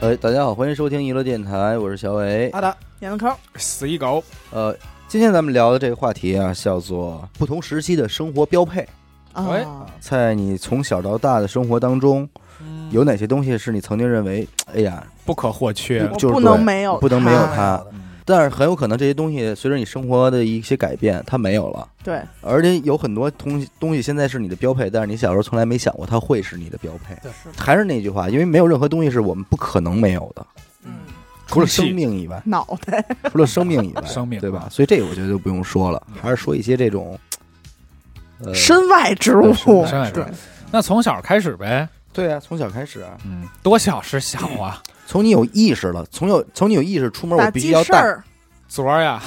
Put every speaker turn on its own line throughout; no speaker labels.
哎，大家好，欢迎收听娱乐电台，我是小伟。
阿达，闫文康，
死一狗，
呃，今天咱们聊的这个话题啊，叫做不同时期的生活标配。
喂
啊，
在你从小到大的生活当中，有哪些东西是你曾经认为，哎呀，
不可或缺
不。
我
就是
不
对
能没有，
不能没有
它。
它？但是很有可能这些东西随着你生活的一些改变，它没有了。
对，
而且有很多东西东西现在是你的标配，但是你小时候从来没想过它会是你的标配。
对
还是那句话，因为没有任何东西是我们不可能没有的，
嗯，
除了
空气
生命以外，
脑袋，
除了生命以外，
生命啊嗯
对吧？所以这个我觉得就不用说了，还是说一些这种，呃，
身外之物，
对
身外之物
对，
那从小开始呗，
对啊，从小开始啊，
嗯，多小是小啊，
从你有意识了，从有从你有意识出门，我
打
必须
记
要
事
带，
儿，
昨儿呀，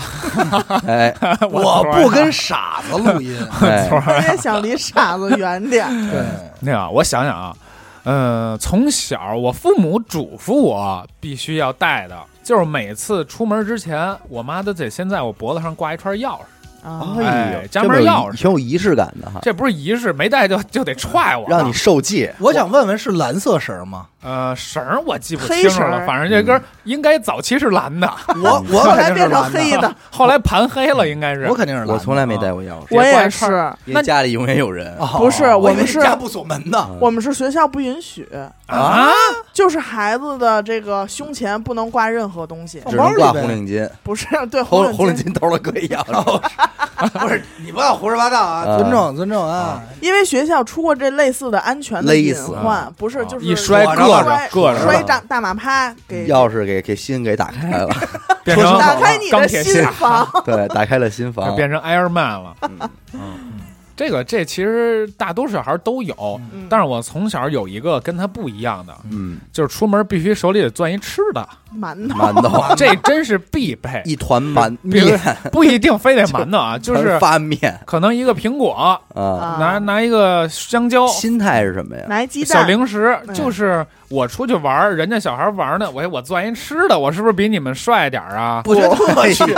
哎，
我
昨儿呀
不跟傻子录音。
哎
昨
我
儿呀
也想 离傻子远点。
对，
那样，我想想啊，呃，从小我父母嘱咐我必须要带的，就是每次出门之前，我妈都得先在我脖子上挂一串钥匙，
啊，
哎
呦
家
这么
门
有
钥匙
挺有仪式感的哈，
这不是仪式，没带就就得踹我，
让你受戒。
我想问问是蓝色绳吗？
呃绳儿我记不
黑
清楚
绳
了，
儿
反正这根儿嗯应该早期是蓝 的，
我我
后
肯
来
定
变
是
成
蓝
黑
的，
的，
后来盘黑了应该是
我，肯定是蓝的。啊
我从来没
啊
带过钥匙，
我也
别
是。
因为
那
家里永远有人。
哦
不是我
我以
们
为
是
家不锁门的。
嗯
我们是学校不允许，
啊，
就是孩子的这个胸前不能挂任何东西，
哦
只能挂
包里呗
红领 巾，
不是对
红
红
红
领
领
巾，
巾兜了搁一钥匙，
不是，你不要胡说八道啊！
啊
尊重尊重啊！
嗯
因为学校出过这类似的安全的
勒
隐
死
患，不是
啊
就是
一摔
我
硌
着
着，硌着嗯
摔
了，
大大马趴给
钥匙给给心给打开 了，
变
说
成
实话
打开你
钢
的
铁
心
侠
房，
对，打开了心
就
房。
变成 Air Man 了。
嗯
嗯，这个这其实大多数小孩都有，
嗯
但是我从小有一个跟他不一样的，
嗯，
就是出门必须手里得攥一吃的，
馒头
馒 头，
这真是必备，
一团馒
比
面
如，不一定非得馒头啊，就是
团发面
可能一个苹果，
啊。
啊
拿拿一个香
哦
蕉。
心态是什么呀？
拿一鸡
小
蛋，
零食
嗯
就是我出去玩儿，人家小孩玩儿呢，我我攥一吃的，我是不是比你们帅点儿啊？
我 真我去，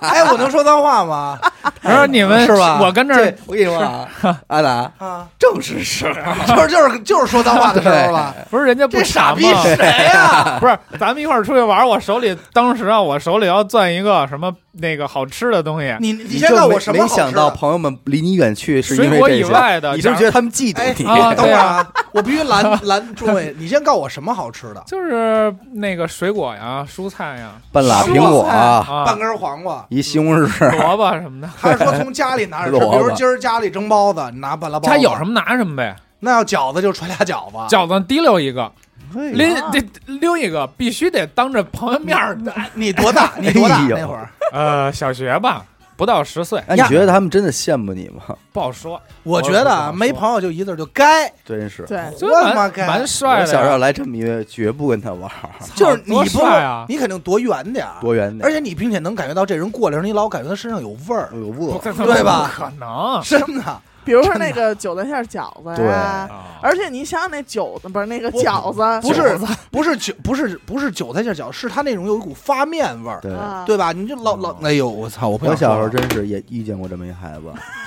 哎，我能说脏话吗？
然后啊你们
是吧？
哎我跟这
这
儿
我跟你说啊，阿 达
啊，
正是是
就是就是就是说脏话的时候了。
不是人家不
这傻
傻
逼
吗？
谁 呀？
不是，咱们一块儿出去玩儿，我手里当时啊，我手里要攥一个什么那个好吃的东西，
你你
你
先
就
告诉
没
我什
没
么好吃的
想到朋友们离你远去是
啊水
因为
果
这
以
些，
外的，
你是不是觉得他们嫉妒
哎，
你？
啊对
等会儿啊，我必须拦拦诸位，你先告诉我什么好吃的？
就是那个水果呀、蔬菜呀、
半拉苹果啊，
啊、
半根黄瓜，
一西红柿，
萝卜什 么的，
还是说从家 里拿着吃？
萝
比
卜
如今儿家里蒸包子，你拿半拉包子。
他有什么拿什么呗。
那要饺子就揣俩饺子，
饺子提溜一个，
哎
拎这溜一个，必须得当着朋友面儿 的。
你 多大？你多大
哎呦
那会儿？
呃，小学吧，不到十岁，
哎，你觉得他们真的羡慕你吗？
不好说。
我觉得啊，
我
没朋友就一字儿就该，
真是，
对，
就
我
蛮
妈该
蛮
我
帅的呀。
小时候来这么一个，绝不跟他玩儿，
操
就是你
多
不
帅啊！
你肯定躲远点儿，
多远点
而
儿。
且你并且能感觉到这人过来的时候，你老感觉他身上有味儿
哎，呦
不
饿，
对吧
不可能
真的。
比如说那个韭菜馅儿饺子呀，
哎
啊！
而且你想想那韭子不是那个
不
饺子，
不是不是韭不是不是韭菜馅儿饺，是它那种有一股发面味儿，
对。嗯
啊，
对吧？你就老老哎呦我操！我不
我
想
小时候
说了
真是也遇见过这么一孩 子，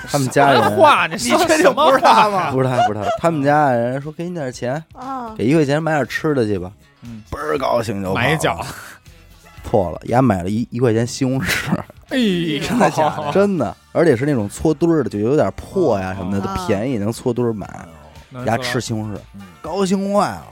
他们家人
什么话你
你
说
确
什
定不
么
是啊他
话？
吗？
不是他，不是他，他们家人说给你点钱，
啊，
给一块钱买点吃的去吧
嗯，
倍儿高兴就跑了
买一饺，
破了，丫买了一一块钱西红柿，
哎呀，真的假的
真的，而且是那种搓堆儿的，就有点破呀什么的，
啊
就便宜能搓堆儿买，丫吃西红柿
嗯，
高兴坏了。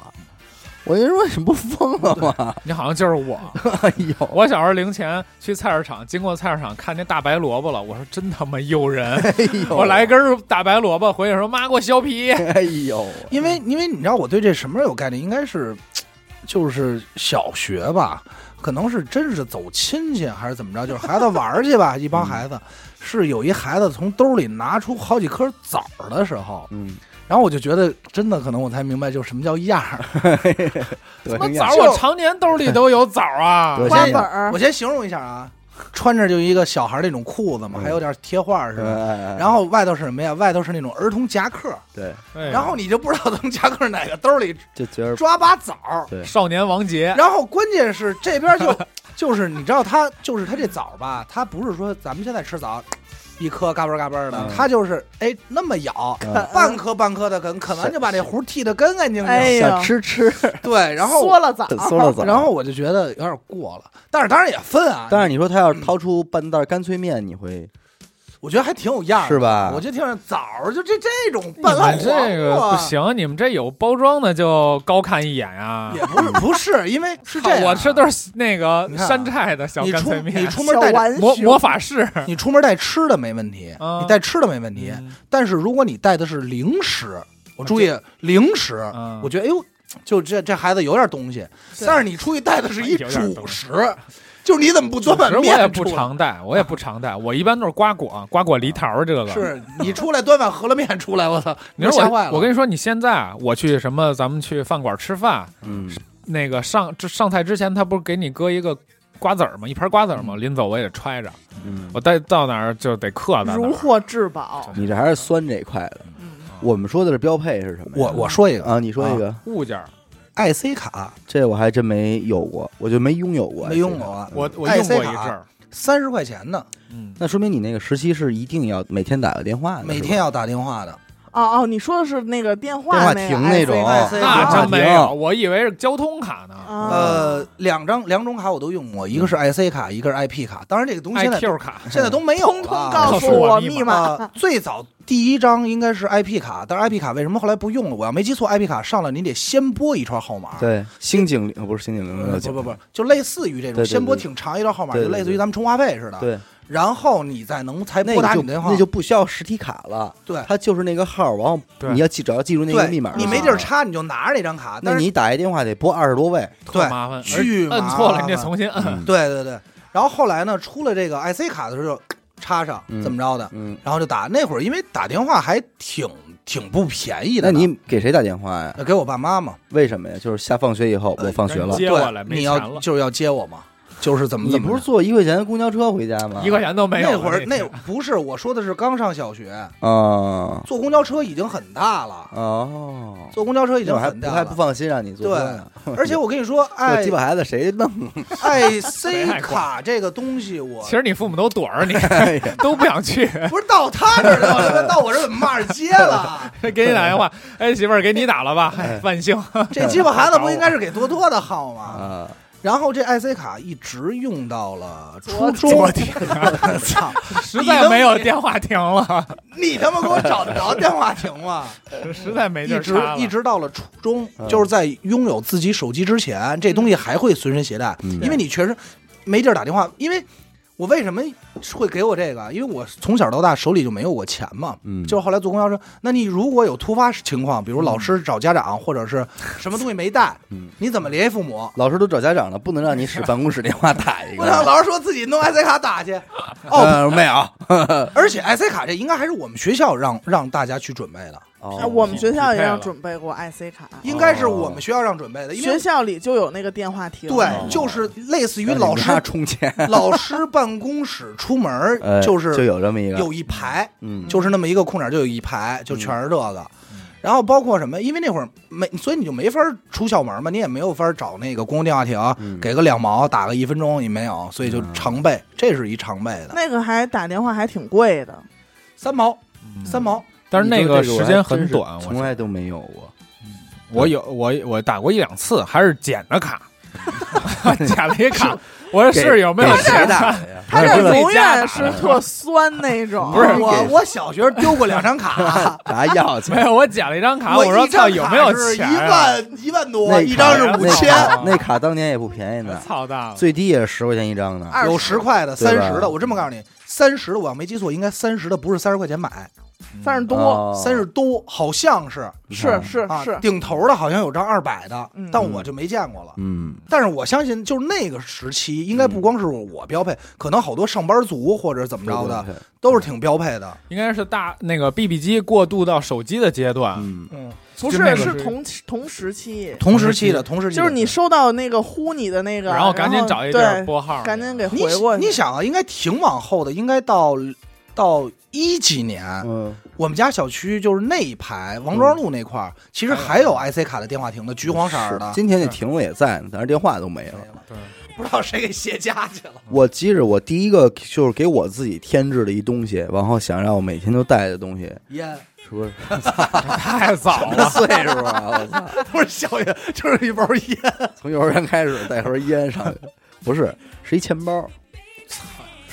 我就说你不疯了吗？
你好像就是我。
哎呦，
我小时候零钱去菜市场，经过菜市场看见大白萝卜了，我说真他妈诱人，
哎呦，
我来根儿大白萝卜，回去说妈给我削皮。
哎呦，
因为因为你知道我对这什么有概念，应该是就是小学吧，可能是真是走亲戚还是怎么着，就是孩子玩儿去吧，一帮孩子。是有一孩子从兜里拿出好几颗枣儿的时候，
嗯，
然后我就觉得真的可能我才明白，就是什么叫样儿。
对
那
呀
枣我常年兜里都有枣啊，
对我
瓜
先
子儿
我，先形容一下啊，穿着就一个小孩儿那种裤子嘛，
嗯
还有点贴画似
哎
的。
哎哎
然后外头是什么呀？外头是那种儿童夹克，
对，
对
然后你就不知道从夹克哪个兜里
就觉得
抓把枣儿，
少年 王杰，
然后关键是 这边就就是你知道他就是他这枣吧，他不是说咱们现在吃枣，一颗嘎嘣嘎嘣的
嗯，
它就是哎那么咬，
嗯
半颗半颗的啃，啃完就把那核剔的干干净
哎
净。
呀
想吃吃，
对，然后
缩了枣，
缩了枣。
然后，我就觉得有点过了，但是当然也分啊，
但是你说他要掏出半袋干脆面，你会
我觉得还挺有样儿的
是吧
啊我就听着枣儿就这这种
你
半拉
们
黄啊
这个
瓜
不行，你们这有包装的就高看一眼啊！
也不是不是，因为是这样，啊
我吃都是那个
你看啊
山寨的小
你
干
出
脆
你
面，
出门
小
带着
浣
魔
熊
魔法士。
你出门带吃的没问题，
啊
你带吃的没问题，
嗯
但是如果你带的是零食，我注意零食，
嗯
我觉得哎呦，就这这孩子有点东西，
是
但是你出去带的是一
有点
主
东西
食，就是你怎么不端碗
其实我
面
也不
出来
常带，我也不常带，我一般都是瓜果、瓜果、梨桃儿这个。
是你出来端碗饸饹面出来，我操！
你说
吓坏
我，
了。
我跟你说，你现在啊我去什么，咱们去饭馆吃饭，
嗯，
那个上这上菜之前，他不是给你搁一个瓜子儿吗？一盘瓜子儿吗？
嗯
临走我也得揣着，
嗯，
我带到哪儿就得刻在那儿
如获至宝。
你这还是酸这一块的。
嗯
我们说的是标配是什么呀？
我我说一个
啊，你说一个，
物件儿。
IC 卡，
这我还真没有过，我就没拥有过，
没用过。啊，
我我
IC
用过一阵
卡
儿，
三十块钱呢，
嗯，
那说明你那个时期是一定要每天打个电话的，
每天要打电话的。
哦哦，你说的是那个电话
电话
那
亭
个
那种
IC
那啊
那
真
真
没
没
有
有，我以为是交通卡呢
啊
呃，两张两种卡我都用过，一个是 IC 卡，一个是 IP 卡。当然这个东西现在
，IQ 卡，嗯
现在都没有了。
通通告
诉
诉
我
我
密
密码。
啊，最早第一张应该是 IP 卡，但是 IP 卡为什么后来不用了？我要没记错，IP 卡上了你得先拨一串号码。
对，星警零不是星警零零
呃，
六
不
九，
不不，就类似于这
对对对
种，先拨挺长一段号码，
对
就
对
类似
对
于咱们充话费似的。
对，
然后你再能才
那
拨打
个就
你的电话
那。就不需要实体卡了，
对
它就是那个号，然后
对
你要记，只要记住那个
对，
密码就
你
行了，啊
没地儿插，你就拿着那张卡。
那
但是
你打一电话得拨二十多位，
特
对
麻烦，而
巨麻
摁错了你得重新摁。
嗯
对对对，然后后来呢，出了这个 IC 卡的时候，就插上
嗯
怎么着的，
嗯，
然后就打。那会儿因为打电话还挺挺不便宜
那
的呢，
你给谁打电话呀？
呃给我爸妈嘛，
为什么呀？就是下放学以后，
呃
我放学了
接，我来
对，
没
你
钱
要
了
就是要接我嘛，就是怎么
你
怎么
不
着
是坐一块钱的公交车回家吗？
一块钱都没有了。
嗯那会儿
那
那不是我说的是刚上小学，
啊
坐公交车已经很大了，
哦，
坐公交车已经
我还
很
不
大
还不
了。
放心让你坐车
对
呢，
而且我跟你说，
这
爱
鸡巴孩子谁弄？
爱
谁
C
爱管
卡这个东西，我
其实你父母都躲着你，
哎呀
都不想去。
不是到他这儿了，到我这儿怎么骂着街 了？
给你打电话，哎，媳妇儿，给你打了吧？哎， 万幸。
这鸡巴孩子不应该是给多多的号吗？
啊，
然后这 IC 卡一直用到了初
昨
中，
天
操！
实在没有电话亭了，
你他妈给我找得着电话亭吗？
实在没地
一
儿
直
插了
一直到了初中
嗯，
就是在拥有自己手机之前，这东西还会随身携带，
嗯
因为你确实没地儿打电话。因为我为什么会给我这个？因为我从小到大手里就没有过钱嘛。
嗯，
就是后来坐公交车，那你如果有突发情况，比如老师找家长，或 者是什么东西没带
嗯，
你怎么联系父母？
老师都找家长了，不能让你使办公室电话打一
不让
个。
老师说自己 弄 IC 卡打去。哦，
嗯呃，没有。
而且 IC 卡这应该还是我们学校让让大家去准备的，
哦
哎我们学校
匹
也
哦配
让
了
准备过 IC 卡，
应该是我们学校让准备的，因为
学校里就有那个电话亭。
对，就是类似于
哦让你
老 师
妈充钱，
老师办公室出门
呃
儿就是
就有这么一个，
有一排，
嗯，
就是那么一个空点儿就有一排，就全是这个。
嗯
然后包括什么？因为那会儿没，所以你就没法儿出校门嘛，你也没有法儿找那个公共电话
嗯
亭给个两毛打个一分钟也没有，所以就
嗯
常备，这是一常备的，
那个还打电话还挺贵的，
三毛
嗯
三毛。
但是那个
你说这我
时
还
间
真
很
是
短，
从
我
来都没有 过。
我有我我打过一两次，还是捡的 卡，捡了一卡。我说是有没有
给
钱啊
谁
的？
打的呀？，
他
不是
这
自己
永
家打
远是特酸那种。
不是
我，我小学丢过两张卡
拿药去。
没有，我捡了一张 卡，
我
我说
一张
操，有没有
卡是
钱
一
啊？
万一万
那
多，
卡
一张是
呀
五
那
千，
卡 哎那卡当年也不便宜呢，
操蛋了！
最低也是十块钱一张呢。
二
有十块的、
对吧
三十的。我这么告诉你，三十的我要没记错，应该三十的不是三十块钱买，
嗯
三十
啊
多，
哦
三十多好像是
你看
是是
啊，
是，
顶头的好像有张二百的
嗯，
但我就没见过了。
嗯，
但是我相信，就是那个时期，应该不光是我标配，可能好多上班族或者怎么着的，
对，对对
都是挺标配的。
应该是大那个 BB 机过渡到手机的阶段，
嗯，
嗯，
不
就那
是
个是
是同同时期，
同时期的，同时期的
就是你收到那个呼你的那个，
然后赶紧找一地儿
对，
拨号，
赶紧给
你
回过去。
你想啊，应该挺往后的，应该到到一几年，
嗯，
我们家小区就是那一排王庄路那块儿，其
嗯
实还有 IC 卡的电话亭的，橘黄色儿
是
的。
今天那亭子也在呢，但是电话都没了。
对，
不
不知道谁给卸家去了。
我记着我第一个就是给我自己添置了一东西，然后想让我每天都带的东西，
烟
是不是？
太早
这
了，
岁数啊，我操！
不是小烟，就是一包烟。
从幼儿园开始带盒烟上去， 不是，是一钱包，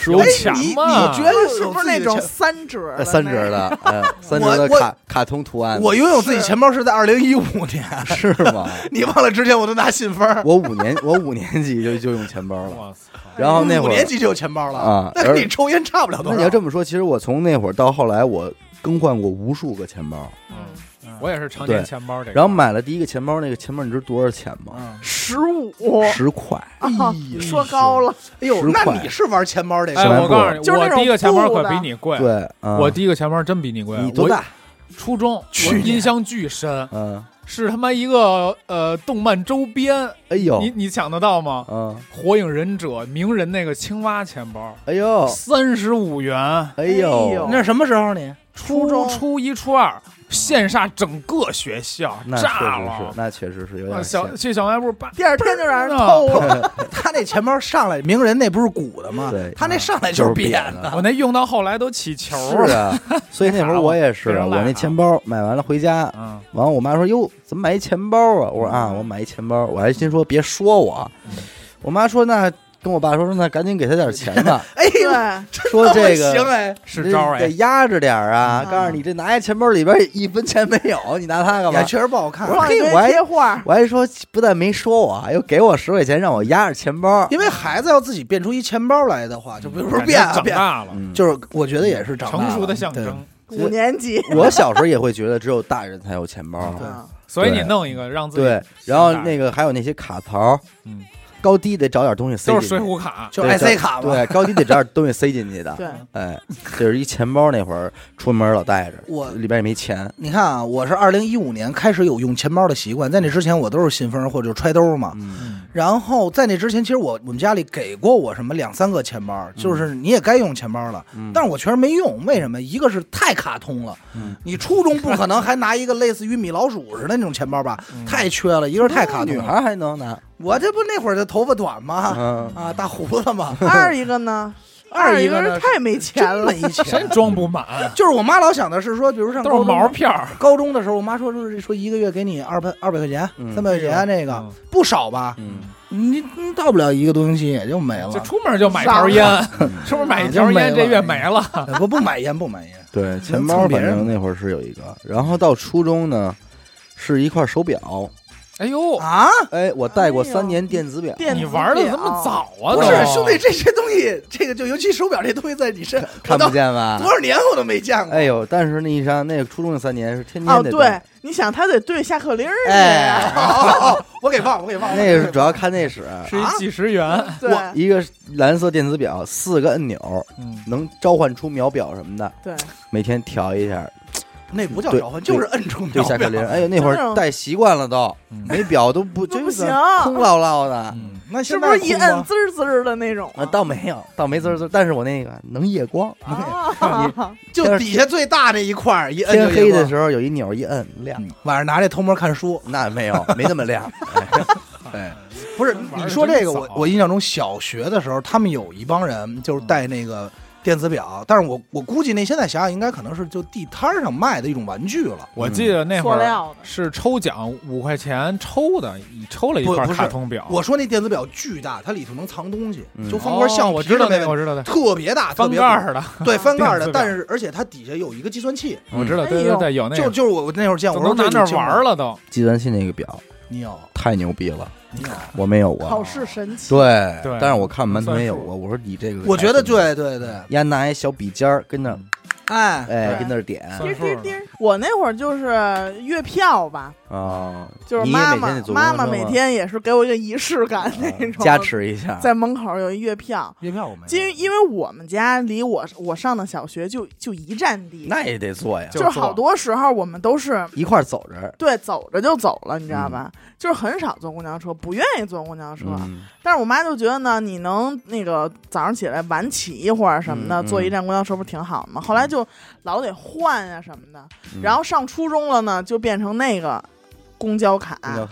是有钱
你
嘛？
你觉得
啊是不是那种三折
呃三折
的
的，呃，三折的
我
卡卡通图案的，
我拥有自己钱包是在二零一五年，
是吗？
你忘了之前我都拿信封儿，
我五年，我五年级就就用钱包了，
我操！
然后那
五
会
年
儿，
级就有钱包了
啊
但是
而
你抽烟差不了多
那
少。
你要这么说，其实我从那会儿到后来，我更换过无数个钱包，
嗯
那种？
我也是常年
对
钱包这个，
然后买了第一个钱包，那个钱包你知道多少钱吗？
嗯，
十五，
十块，
啊
哎呦
说高了，
哎呦，
十块
那你是玩钱包这
哎，
小卖
个？
部
我告诉你，
就是那
我
种
第一个钱包
布
可
的
比你贵。
对，嗯
我第一个钱包真比你贵。
你多大？
我初中，
去
我
年
印象巨深，
嗯，
是他妈一个呃动漫周边，
哎呦
你，你抢得到吗？
嗯，
火影忍者鸣人那个青蛙钱包，
哎呦，
三十五元，
哎
哎呦
呦，
是什么时候你？
初
初中
初一初二，羡煞整个学校，
那
炸
确实
了
是，。那确实是有
啊
点
小
像
去小卖部把
第二天就让人
啊
偷了。
他那钱包上来，名人那不是鼓的吗
对？啊
他那上来就是扁
就是扁
的。
我那用到后来都起球
是
了。
啊， 所以那会儿我也是，
非常
我
辣啊
那钱包买完了回家，
嗯，
完了我妈说：“哟，怎么买一钱包啊？”我说：“啊，我买一钱包。”我还心说别说我，
嗯
我妈说：“那跟我爸说说，那赶紧给他点钱 吧，
哎
对
呦，，
说这个
行哎，
是招
得
哎，
压着点儿啊。
嗯
告诉你，这拿一钱包里边一分钱没有，你拿它干嘛
也？”确实不好看。
放一
嘿我还
堆贴画，
我还说不但没说我，又给我十块钱让我压着钱包。
因为孩子要自己变出一钱包来的话，就比如说
感觉
变啊
长
变，
大了，
嗯，
就是我觉得也是长大了
成熟的象。征。
对
五年级。
我小时候也会觉得只有大人才有钱包，
对
啊
所以你
对
弄一个让自己
对。然后
长大
那个还有那些卡槽，
嗯，
高低得找点东西塞
都
进
是
去，
水浒卡，
就
对
IC 卡嘛。
对，高低得找点东西塞进去 的。
对，。
哎，就是一钱包那会儿出门老带着，
我
里边也没钱。
你看啊，我是二零一五年开始有用钱包的习惯，在那之前我都是信封或者揣兜嘛。
嗯
然后在那之前，其实我我们家里给过我什么两三个钱包，就是你也该用钱包了，
嗯
但是我确实没用。为什么？一个是太卡通了，
嗯
你初中不可能还拿一个类似于米老鼠似的那种钱包吧？
嗯
太缺了，一个是太卡通
女
了。
孩还能拿，
我这不那会儿的头发短吗？
嗯，
啊，大胡子嘛
二一个呢？
二
一
一个
是
呢
太没钱
真
了
没，钱
真，装不满，
就是我妈老想的是说，比如上
都是
高中
毛片儿。
高中的时候，我妈说就是说一个月给你二百二百块钱、
嗯
三百块钱，那个
嗯
不少吧？
嗯，
你你到不了一个多星期也就没了
就。出门就买条烟， 出门买一条烟，
就没了
这月没了。
不不买烟不啊买烟，
对，钱包反正那会儿是有一个，然后到初中呢，是一块手表，
哎呦，
啊？
哎，我戴过
哎呦
三年电子表，
电
你
子哦
玩的
表
这么？早啊？都
不是兄弟，，这些东西，这个就尤其手表这东西在你身，
看
我到
不见吧
多？少年我都没见 过。
哎呦，但是那一上那初中那三年是天
哦，
天得
对
戴，，
你想他得对下课铃儿去
哎
呀，
哦哦哦，我给忘，我给忘。
那个是主要看内饰，
是一几十元。
啊对
我一个蓝色电子表，四个按钮，
嗯，
能召唤出秒表什么的，
对，
每天调一下，
那不叫
对
召唤，就是摁住秒
对下课铃。
表。
哎呦，那会
就那
儿
种
戴习惯了都，
嗯
没表都不
那
真
不
是
行
空落落的。
嗯
那
是
现
不
在
是一
空吗
摁滋儿滋儿的那种
啊，
啊？
倒没有，倒没滋儿滋儿，但是我那个能夜光，
啊，
就底下最大那一块儿一摁
天
就
黑的
候，
时候有一钮一摁亮，
嗯晚上拿这偷摸看书。
那没有，没那么亮。
哎，不是
玩儿
你
得
说
真
这个，我
早嗯
我印象中小学的时候，他们有一帮人就是带那个电子表，但是我我估计那现在想想，应该可能是就地摊儿上卖的一种玩具了。
我记得那会
嗯
塑
儿
料的，
是抽奖五块钱抽的，你抽了一块
不不是
卡通表。
我说那电子表巨大，它里头能藏东西，
嗯
就方块
哦
橡
我
皮
知
的
道
那
那个，
种，
我知道的，
特别大，特
翻
别
盖儿的，
鼓对翻盖儿
电
的，
子表
但是而且它底下有一个计算器，
嗯
我知道，对
哎
对
呦
对，有那
就
个，
就是我我那会儿见，
都
我说
能拿那儿玩儿
了，
了都。
计算器那个表
你有
太牛逼了，
你有。
我没有过。
考试神器。
对，
对
但是我看我们班同学有
算
过，我说你这个，
我觉得，对对
嗯
对，
丫拿一小笔尖儿跟那儿，哎，
哎，
对
跟那儿点
算
滴
数
滴
呢
滴，我那会儿就是月票吧，
啊，
就是
你也
妈
每
妈
天得坐公
妈
交车
妈每
吗
天也是给我一个仪式感那
啊
种，
加持哎一下，
在门口有一月票，
月票我没有
因为因为我们家离我我上的小学就就一站地，
那也得坐呀，
就
就是好
坐
多时候我们都是
一块儿走着。
对走着就走了，你知道吧？就是很少坐公交车，不愿意坐公交车。
嗯，
但是我妈就觉得呢，你能那个早上起来晚起一会儿什么的，
嗯嗯
坐一站公交车不是挺好吗？后来就老得换啊什么的，
嗯
然后上初中了呢，就变成那个公交
公交
卡。
卡了，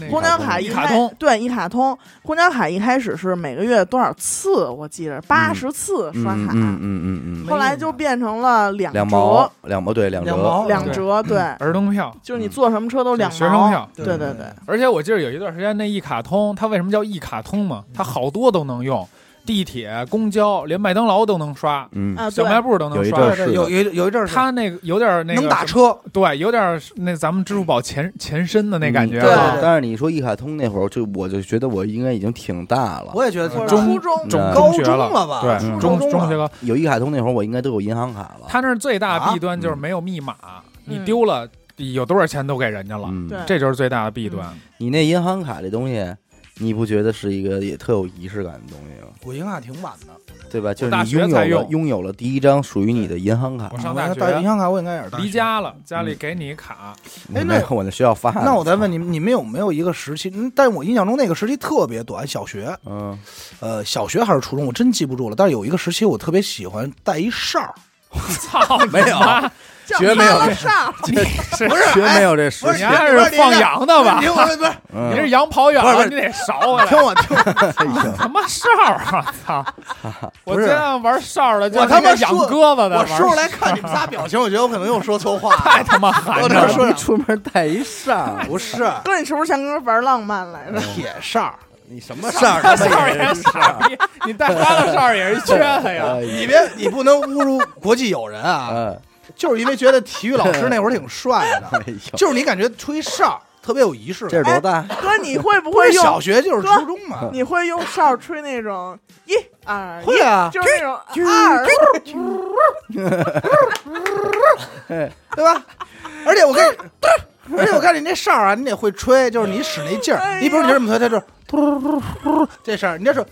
那
啊公交卡
一
一
卡
开
通
对一卡通，公交卡一开始是每个月多少次？我记着八十次刷卡，
嗯嗯嗯嗯
后来就变成了两
嗯，两毛
折，
两毛对两折
两毛
两
对
折，对，
儿童票，
就是你坐什么车都两毛。
学生票
对
对
对，
而且我记得有一段时间那一卡通，它为什么叫一卡通嘛？
嗯
它好多都能用，地铁、公交，连麦当劳都能刷，
嗯
啊，
小
对
卖部都能
有一
刷
阵。
对
儿是的
对，有有有一阵儿是
它那个有点那个
能打
什么，
车，
对，有点那咱们支付宝前前身的那感觉
嗯
啊
对
了。
但是你说一卡通那会儿，就我就觉得我应该已经挺大了。
我也觉得
或者
挺
中
初中
中
嗯
高
中学
中
了
了吧
对，
嗯
中
初中
中
了
学了。
有一卡通那会儿，我应该都有银行卡了。
它那儿最大
啊
弊端就是没有密码，你
嗯
丢了有多少钱都给人家了，
嗯，
对
这就是最大的弊端。
嗯
你那银行卡这东西，你不觉得是一个也特有仪式感的东西吗？
我银行卡挺晚的，
对吧？就是
我大
你
学
拥有
才
了
用
拥有了第一张属于你的银行卡
我。上
我
大
要银
学
行卡我应该也是大学
离。家了，家
嗯
里给你卡，
没
哎那
有 我那学校发的。
那我再问你们，你们有没有一个时期？嗯但我印象中那个时期特别短，小学，
嗯，
呃，小学还是初中，我真记不住了。但是有一个时期，我特别喜欢带一哨儿，
操你
没
妈，
有
叫
绝没有
拉了上，
这是
不是
绝没
有，
有这事
不
你
是
还是放羊的吧
你？听我说，不是，
你
嗯
这羊跑远
不
了，
是
你得勺啊回
听
来。
我 听我，哎
他妈哨儿啊！操！我
不是
这样玩哨儿了，就
我他妈
养
说
鸽子的，
我
玩
说出来看你们仨表情，我觉得我可能又说错话
太
了。
他妈寒
我
碜
这
了。
说
出门带一 扇，
不是
哥，你是不是想跟人玩浪漫来着？
铁哨儿，
你什么 扇儿？啊
哨儿也是傻逼，你带花的哨儿也是缺的 呀。
哎
你别你不能侮辱国际友人啊！
嗯，
就是因为觉得体育老师那会儿挺帅的，
哎呦，
就是你感觉吹哨儿特别有仪式
这
感。
是多大？
哥，哎你会不
不
会
是小
用？
学就是初中嘛，
你会用哨吹那种一二一
会啊，
就是那种啊二，
对吧？而且我看你，而且我看你那哨儿啊，你得会吹，就是你使那劲
哎
儿。
呀
你比如你这么吹，它就是嘟嘟嘟嘟嘟这声儿，你这是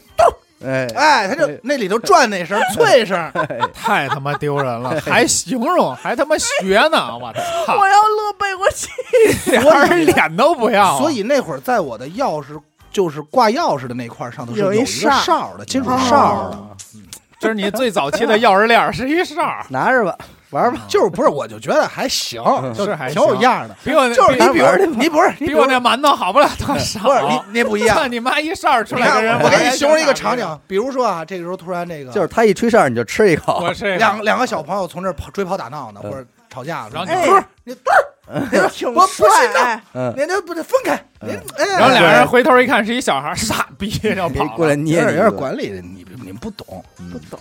哎，
哎，它就那里头转那声儿脆声儿。
太他妈丢人了， 还形容，还他妈学呢！我操
我，要乐背过去。
连人脸都不要。
所以那会儿在我的钥匙就是挂钥匙的那块儿上头是
有一
一个
哨儿
哨儿的，金属
哦
哨儿的，
这是你最早期的钥匙链儿，是一哨儿，
拿着吧，玩吧。
就是不是？我就觉得还行， 就是
还
挺有
行
样儿的。
比我那
就是你比
比
如你不是
比
你比
我
如
那馒头好不了多少。
不是你你不一样。
看 你妈一哨儿出
你
来
看
跟人，
我给
哎
你形容一个场景，，比如说啊，这个时候突然这个
就是他一吹哨，你就吃一口。
我 这
两两个小朋友从这儿跑追跑打闹呢，或者吵架了，
嗯然后
啊你
不是你不是，
哎挺
不不
帅哎
许闹，
嗯，
你这不得分开，你哎，
嗯 然后俩人回头一看是一小孩儿，傻逼， 然后
没
跑
过来
了。
捏
有点
你一
有点
顿，
管理，你你们不懂，
嗯
不懂。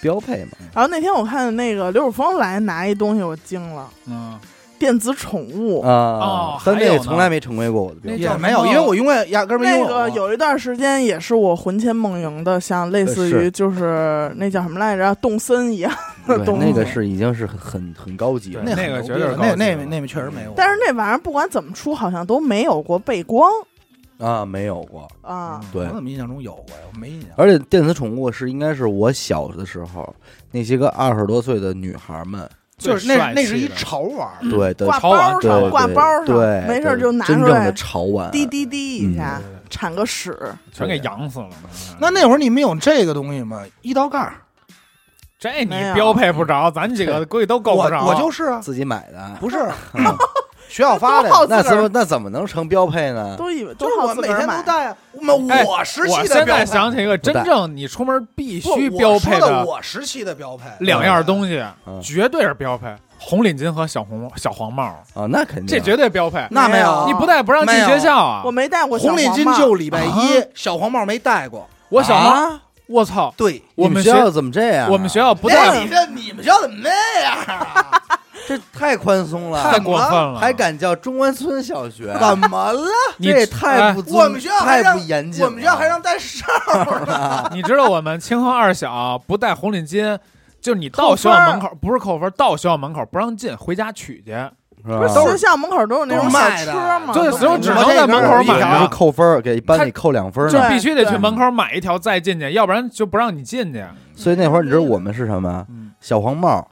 标配嘛。
然后那天我看那个刘汝峰来拿一东西，我惊了，
嗯，
电子宠物。
啊
哦，
但
还
那
有
个
呢
从来没成为过我的标
那
配。
也没有，因为我永远压根儿没
那
拥
个
有。
有一段时间也是我魂牵梦萦的，像类似
呃
于
是
就是哦那叫什么来着，动森一样的
对，
东西。
那个是已经是很很很高级了
对。那
那
个
很
绝对
牛逼了
是高
那
级
那
的
那那确实没有，
但是那玩意儿不管怎么出，好像都没有过背光
啊，没有过。
啊。
对
我，怎么印象中有过呀？我没印象。
而且电子宠物是应该是我小的时候那些个二十多岁的女孩们
就是
最
那
帅气
那
的
是一潮玩儿，
嗯
对的
挂
潮玩
包
对
上，
对
挂包上，
对，
没事儿
对
就拿
真
出
正的
来，
潮玩，
滴滴滴一下，
嗯
铲个屎。
全给养死了。
那那会儿你们有这个东西吗？一刀盖儿，
这
没
你
有
标配不着，咱几个估计都够
我
不着。
我就是啊，
自己买的，
不 是学校发
都
的呀
好，
那怎
自个
么
儿
那怎么能成标配呢？
都以为
就
都
是
好
我
自
每
个儿
天
买
都。带啊。我
哎
我时期
我
的
现
标
在
配
想起一个真正你出门必
不
须
我
标
说
配
的，我时期的标配
两样东西
嗯，
绝对是标配：红领巾和小红小黄帽，
啊，那肯定
这绝对标配。
那没有，
你不戴不让进
嗯没有
学校啊！
我没戴过小
红
黄
领
帽啊
巾就礼拜一，小黄帽没戴过。
我小黄，
啊
我操！
对，
你
我
们
们
学
学
校怎么这样啊？
我们学校不
哎
戴
你，这你们学校怎么那样啊？
这太宽松
太
了，
过分了，
还敢叫中关村小学？
怎么了？
你
这也太不
哎
尊
我们学校
太
还让
不严谨了，
我们学校还让戴哨儿呢。
你知道我们清河二小不戴红领巾，就是你到
扣
学
分
校
儿
门口不是扣分儿，到学校门口不让进，回家取去。
不是
都
学校门口都有那种
都
小
卖的
车嘛，
对
都
所以
卖
只
的
能在门口
一
买
条
啊
是扣分儿，给班里扣两分儿
就
呢。
对
必须得去
对
门口买一条再进去，要不然就不让你进去。
所以那会儿你知道我们是什么？
嗯
小黄帽，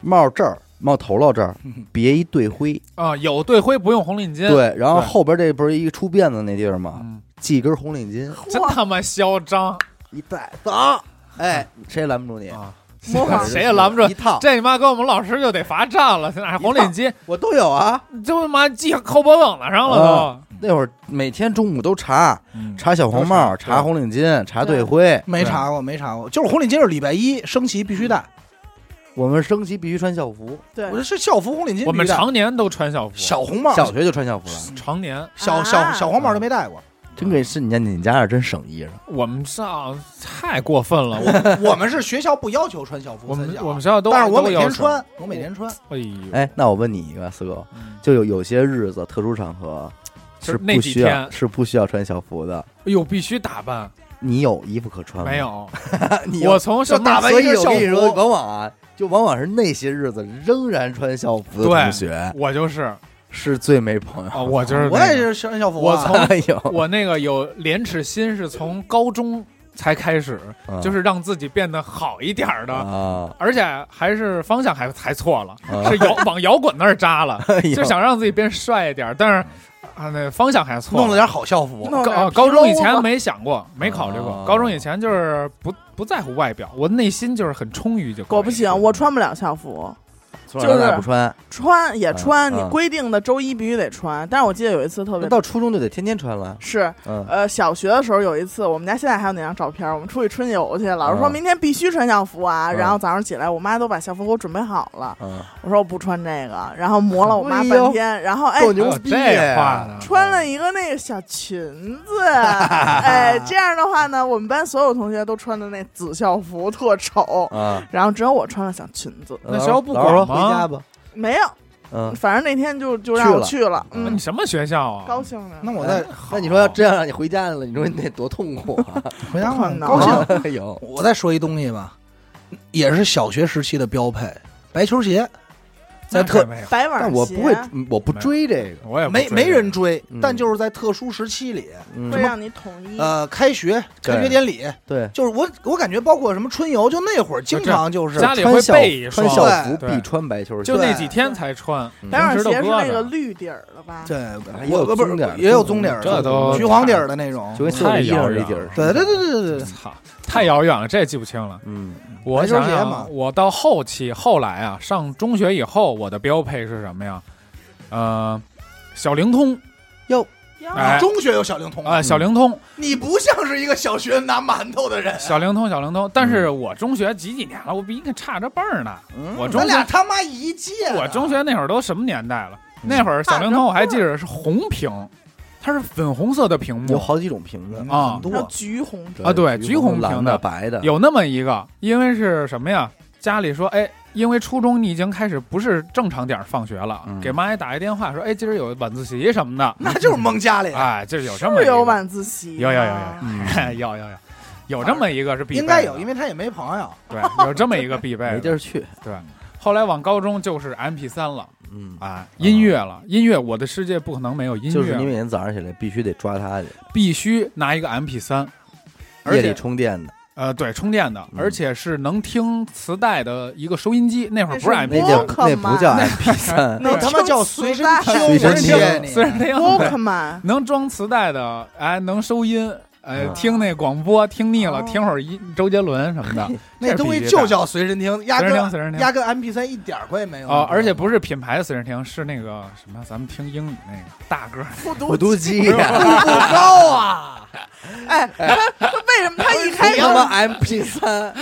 帽这儿，帽头了这儿
嗯，
别一队徽。
啊，有队徽不用红领巾，，
对，然后
对
后边这不是一个出辫子那地儿吗？
嗯，
系一根 红领巾
嚯
真他妈嚣张
一戴，走，哎，谁也拦不住你
啊！
模仿
谁也拦不住
一套，
啊这你妈跟我们老师就得罚站了，现在还红领巾，
我都有啊。
就他妈系扣脖梗子上
啊
了
那会儿每天中午都查
都。嗯
查小红帽，
都查
查红领巾，查队徽。
没
对
查过，没查过，就是红领巾是礼拜一升旗必须戴，
我们升旗必须穿校服，
对
我这，是校服红领巾必须戴，
我们常年都穿校服，
小红帽，
小学就穿校服了。
常年
小
啊
小小黄帽都没戴过，
真给是你家你家是真省衣裳，
我们上太过分了，我
我们是学校不要求穿校服
啊我
参
们
加，
我们学校都
但是我每
都要
天
求
穿，我每天穿，
哎呦，
哎，那我问你一个，四哥，
嗯
就有有些日子、特殊场合
就是那
不
几
需要
天
是不需要穿校服的，
哎呦，必须打扮，
你有衣服可穿吗？
没，有，
啊 你有
我从什
就打
么
扮
所
一
以
身
我
校
跟你说，
服，
往往啊，就往往是那些日子仍然穿校服的
对
同学
我就是啊、
是最没朋友。
我就是
我
那
也
个
是穿校服
我
啊，
从
哎 呦，
我那个有廉耻心是从高中才开始，就是让自己变得好一点儿的。
嗯啊，
而且还是方向还还错了，
啊
是摇往摇滚那儿扎了，
哎呦
就想让自己变帅一点儿，但是啊，那方向还错
弄了点好校服，
弄点
高啊
皮啊
高中以
褛
前
子
没想过，没考虑过
啊。
高中以前就是不不在乎外表，我内心就是很充裕就可以。
我不行，我穿不了校服，
从小到
就
大
是
不穿，
穿也
嗯
穿，你
嗯
规定的周一必须得穿。但是我记得有一次特
那
别
到初中就得天天穿了。
是，
嗯，
呃，小学的时候有一次，我们家现在还有那张照片儿，我们出去春游去，老师说
嗯
明天必须穿校服啊。
嗯
然后早上起来，我妈都把校服给我准备好了，
嗯，
我说我不穿这个，然后磨了我妈
哎呦
半天，然后
够
哎。
还有
牛逼
这话
呀！
呢。
穿了一个那个小裙子，哎，这样的话呢，我们班所有同学都穿的那紫校服，特丑，
啊，嗯
然后只有我穿了小裙子，
那学校不
老师说
管吗
回家吧，
没有，
嗯，
反正那天就就让我去了，
那
嗯
你，什么学校啊？
高兴着
那
呢，
我在
那你说要这样让你回家了，你说你得多痛苦 啊！
回家
可
换
能
哦
高兴。
哎呦，
我再说一东西吧，也是小学时期的标配，白球鞋，
那
在特
没有，
白板
但
鞋，
我不会，我不追这个，
哎我也不
没
追
没人追
嗯，
但就是在特殊时期里，
嗯
会，让你统一，
呃，开学开学典礼，
对，
就是我我感觉包括什么春游，就那会儿经常就是
家里
穿
会
校
备一
穿
双
校服
对
必穿白球鞋
就，那
对
几天才穿，
嗯
白板
平时
鞋
都
是
搁
那个
着。
绿底儿的吧？
对，
也有
我不
棕
是
点儿
也有棕底儿的，
这都
橘黄底儿的那种
就。跟袖子一样一底儿。
对对对对对对，
操，太遥远了，这也记不清了。
嗯，
我
篮球
想
鞋
想
嘛
啊，我到后期后来啊，上中学以后，我的标配是什么呀？呃，小灵通
呀
哎
中学有小灵通
啊、小灵通，
你不像是一个小学拿馒头的人。
小灵通，小灵通。但是我中学几几年了，我比你差着辈儿呢。我中
咱
学
俩他妈一届的，
我中学那啊会儿都什么年代了？
嗯
那会儿小
差
灵
着辈
通
儿
我还记得是红屏，它是粉红色的屏
有
幕，
好几种瓶子
嗯
啊
很
然后
多，
橘红的，
啊对橘红
蓝
瓶的
白的，
有那么一个。因为是什么呀？家里说，哎，因为初中你已经开始不是正常点儿放学了，
嗯
给妈也打一电话说，哎，今儿有晚自习什么的。
那就是蒙家里
哎，就是有这么
是
一个
有晚自习吗，
有有有有
嗯
有有有，有这么一个是必备的
应该有，因为他也没朋友。
对，有这么一个必备的。
没地儿去，
后来往高中就是 M P 三了
嗯，
啊，音乐了，音乐，我的世界不可能没有音乐，
就是你每天早上起来必须得抓它去，
必须拿一个 M P 三，而
夜里
且
充电的，
呃对充电的，
嗯
而且是能听磁带的一个收音机，那会儿不是
那
M
是
P
那叫那
我
三，
不叫 MP 三，
那他妈叫随身听，
随身
我
听
切你啊
虽然 听
Walkman，
能装磁带的，哎，能收音。哎，
啊
嗯
听那广播听腻了，
哦
听会儿一周杰伦什么的，
那东西就叫随身听，压
随
根
身听随身听
压根 MP 3一点儿关系没有
哦，而且不是品牌的随身听，是那个什么，咱们听英语那个大个儿，
复
复
读
读机，
不高啊，
哎，他他为什么他 一开始
他妈 MP 三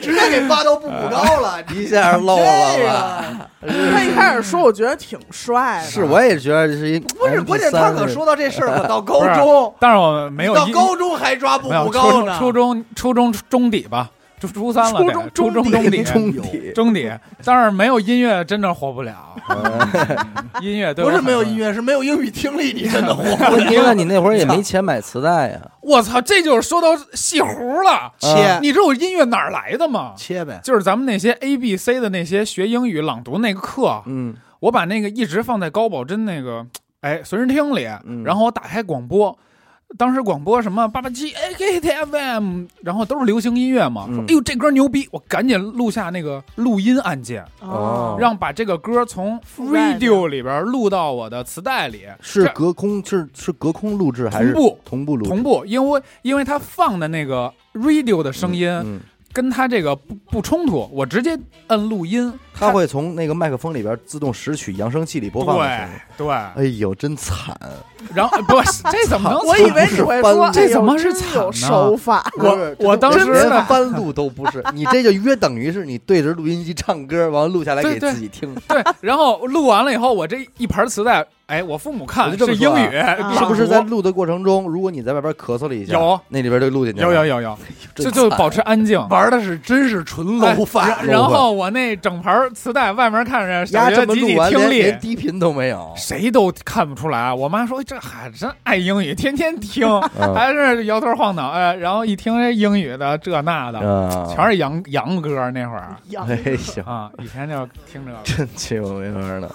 直接给扒到步步高 了，
一下漏
这
了吧？
个
他一开始说，我觉得挺帅的，
是，我也觉得这是一
不是关键，他可说到这事儿，我到高中
不是，但是我没有
到
一
高中还抓步
没有
步
初
高
中
呢，
初中初中中底吧，初初三了得，初中中底
中
底
中底，但是没有音乐真的活不了，音乐对
嗯不
我
是没有
很
音，乐，是没有英语听力，你真的活不
问题
了。
了，你那会儿也没钱买磁带呀，
我操，这就是说到戏胡了。
啊
切
你知道我音乐哪儿来的吗？
切呗，
就是咱们那些 A B C 的那些学英语朗读那个课，
嗯，
我把那个一直放在高保真那个哎随身听里，
嗯
然后我打开广播，当时广播什么八八七 A K T F M，然后都是流行音乐嘛，说
嗯
哎呦这歌牛逼，我赶紧录下那个录音按键，
哦
让把这个歌从
附带的
radio 里边录到我的磁带里，
是
这
隔空是是隔空录制还是
同步
同步录制
同步，因为因为它放的那个 radio 的声音
嗯
跟他这个不不冲突，我直接摁录音，
它会从那个麦克风里边自动拾取扬声器里播放的声音。
对对，
哎呦，真惨！
然后不是这怎么能
操
我以为你会
这不是
说
翻
这怎
哎
么
呦
是
真
惨呢
有手法？
不是
我我当时
连
呢
翻录都不是，你这就约等于是你对着录音机唱歌，完了录下来
对
给
对
自己听，
对，然后录完了以后，我这一盘磁带，哎，我父母看
我
是
就这么啊
英
说
语，
是不是在
朗
录的过程中，如果你在外边咳嗽了一下，
啊有
那里边就录进
读
去了，
有有有有，
真
就
惨，
就保持安静。
玩的是真是纯
哎
low 饭、
然然后我那整盘磁带外面看着 小
压
学
这么
集
录
体
完
听
连
力
连，低频都没有，
谁都看不出来。啊我妈说这孩子真爱英语，天天听，
嗯
还是摇头晃脑。哎，然后一听这英语的这 那的，
啊
全是洋洋歌那会儿
呀
哎呦，
啊，以前就听这个。
真气我没法儿了，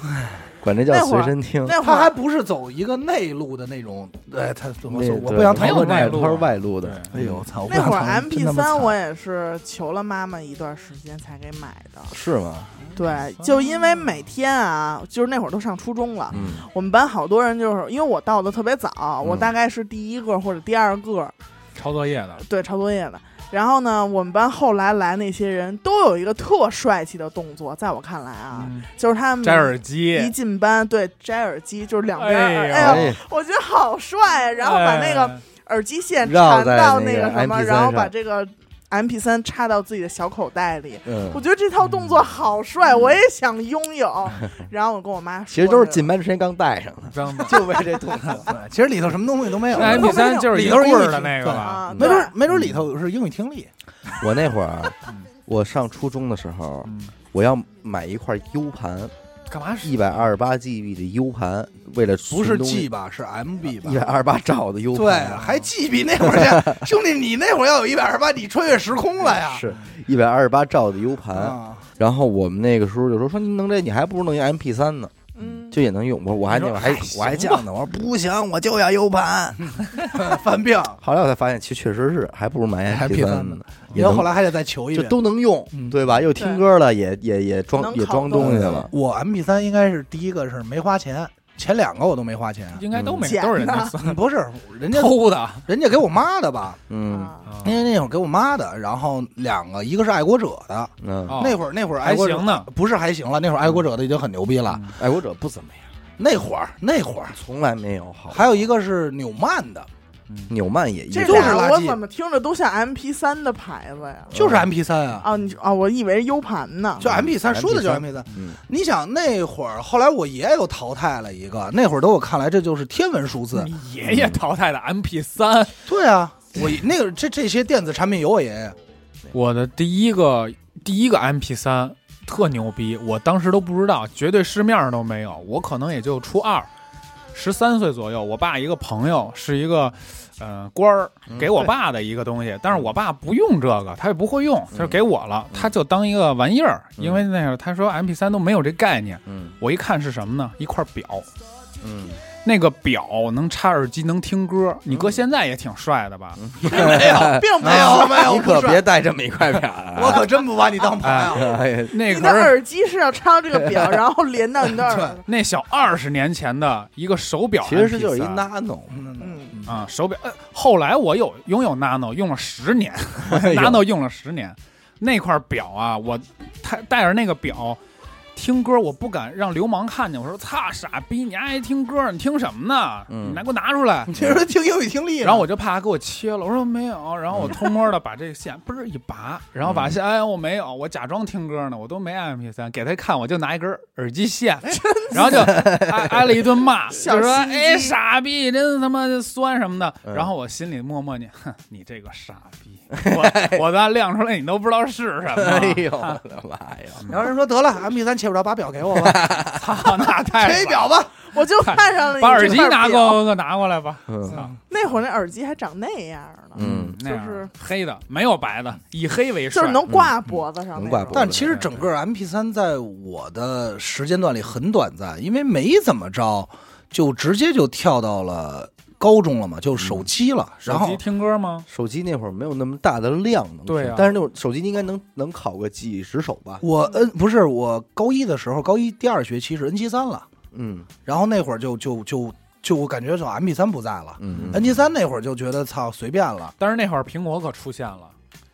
管这叫
那会
随
儿
身听。
那会
他还
儿
不是走一个内陆的那种，哎，他怎么
那
说？我
对
不想
他
讨
是
论
外
这
那
个。
他是外录的，
哎呦，我操！我不
那
想
会儿
讨论
M
真
P
他妈
三
惨
我也是求了妈妈一段时间才给买的。
是吗？
对，就因为每天啊，就是那会儿都上初中了，
嗯，
我们班好多人就是因为我到的特别早，我大概是第一个或者第二个，
抄作业的，
对，抄作业的。然后呢，我们班后来来那些人都有一个特帅气的动作，在我看来啊，
嗯
就是他们
摘耳
一
机，
进班，对，摘耳机就是两边，
哎
哎
呦
哎，
我觉得好帅啊，然后把那个
哎
耳机线
绕
缠
在
到
那
那
个
个什么，
MP3
然后
上
把这个 M P 三插到自己的小口袋里。我
嗯，
觉得这套动作好帅，我也想拥 有。然后我跟我妈说，
其实都是进班之前刚带上 的，
真的。
就为这动作。
对其实里头什么东西都没有，
那 M P 哎三就是一
里
个
头是
棍
英语
儿的那个
对
吧？
啊，
没
对
准儿没准儿
嗯
里头是英语听力。
我那会儿啊
嗯，
我上初中的时候，
嗯，
我要买一块 U 盘，
干嘛是
一百二十八 GB 的 U 盘，为了
不是 G 吧，是 MB
一百
吧？
二十八兆的 U 啊
对，啊
盘，
还 G 比那会儿去，兄弟，你那会儿要有一百二十八，你穿越时空了呀！
是一百二十八兆的 U 盘。
啊，
然后我们那个时候就说说你弄这，你还不如弄一 MP 三呢，
嗯，
就也能用。我我还那会儿还
你说
我
啊
还
哎行
犟呢，我说不行，我就要 U 盘。
犯病。
后来我才发现，其实确实是还不如买 MP 三呢，也
然
能
后后来还得再求一
就
遍。
都能用，
嗯
对吧？又听
对
歌了，也也也装
能
也
拷
装
动
东西了。
我 MP 三应该是第一个是没花钱，前两个我都没花钱。
应该都没，
嗯
都是人家
嗯不是，人家
偷的。
人家给我妈的吧？
嗯
啊
啊
因为那会儿给我妈的，然后两个一个是爱国者的，
嗯，
哦
那会儿那会儿爱
还
国者
行呢，
不是还行了，那会儿爱国者的已经很牛逼了。
嗯
爱国者不怎么样，
那会儿那会儿
从来没有好。
还有一个是纽曼的，
纽曼也一
这
直
就是
俩
垃
我
圾
怎么听着都像 M P 三的牌子 呀？
就是 MP 三啊，
哦，你哦，我以为是 U 盘呢。
就 MP 三，说的就是 MP
MP3
啊三。
嗯
你想那会儿，后来我爷爷又淘汰了一个，那会儿在我看来这就是天文数字。
你爷爷淘汰的 MP 三，
对啊，我那个这这些电子产品有我爷爷，
我的第一个第一个 MP 三特牛逼，我当时都不知道，绝对市面上都没有。我可能也就初二，十三岁左右，我爸一个朋友是一个呃官儿
嗯
给我爸的一个东西，但是我爸不用这个，他也不会用，他就给我了，他就当一个玩意儿，
嗯
因为那会儿他说 MP 三都没有这概念。
嗯
我一看是什么呢？一块表，
嗯，
那个表能插耳机，能听歌。你哥
嗯
现在也挺帅的吧？
没有
并不是
没有哎啊没有
你可
不是
别带这么一块表啊。
我可真不把你当朋友。
哎 呀
那
你
可
的
是
耳机是要插这个 表，然后连到你的耳。
那小二十年前的一个手表 MP3，
其实是就是一 nano，
嗯，
嗯，
啊手表。呃后来我有拥有 nano，用了十年
哎呦
，nano 用了十年。那块表啊，我他戴着那个表听歌，我不敢让流氓看见。我说：“擦，傻逼，你爱听歌，你听什么呢？
嗯
你来给我拿出来。”
其实听英语听力呢，
然后我就怕他给我切了，我说没有，然后
嗯
我偷摸的把这个线嘣儿一拔，然后把线，哎，我没有，我假装听歌呢，我都没 MP 三，给他一看，我就拿一根耳机线， 然后就挨挨了一 顿骂，
哎小
就说
心机
哎傻逼，真他妈酸什么的。
嗯
然后我心里默默念，哼，你这个傻 逼，我我咱亮出来你都不知道是什
哎
么，
呦哎我的妈呀！
然后人说得了，M P 三切不着，把表给我 吧，
操，那太
切一表吧。
我就看上了你
把耳机
这块
拿给
表
我，给我拿过来吧。
嗯
啊
那会儿那耳机还长那样呢，
嗯，
那样
就是
黑的没有白的，以黑为
就
帅嗯
是。能挂脖子上
能
那
挂
种。
脖
但其实整个 M P 三在我的时间段里很短暂，因为没怎么着，就直接就跳到了高中了嘛，就手机了。然
手机
后
听歌吗？
手机那会儿没有那么大的量能听，
对啊
但是那会儿手机应该能能考个几十首吧？
我嗯，不是我高一的时候，高一第二学期是 N 七三了，
嗯
然后那会儿就就就就我感觉就 M P 三不在了。
嗯
N 七三那会儿就觉得操随便了，
嗯但是那会儿苹果可出现了，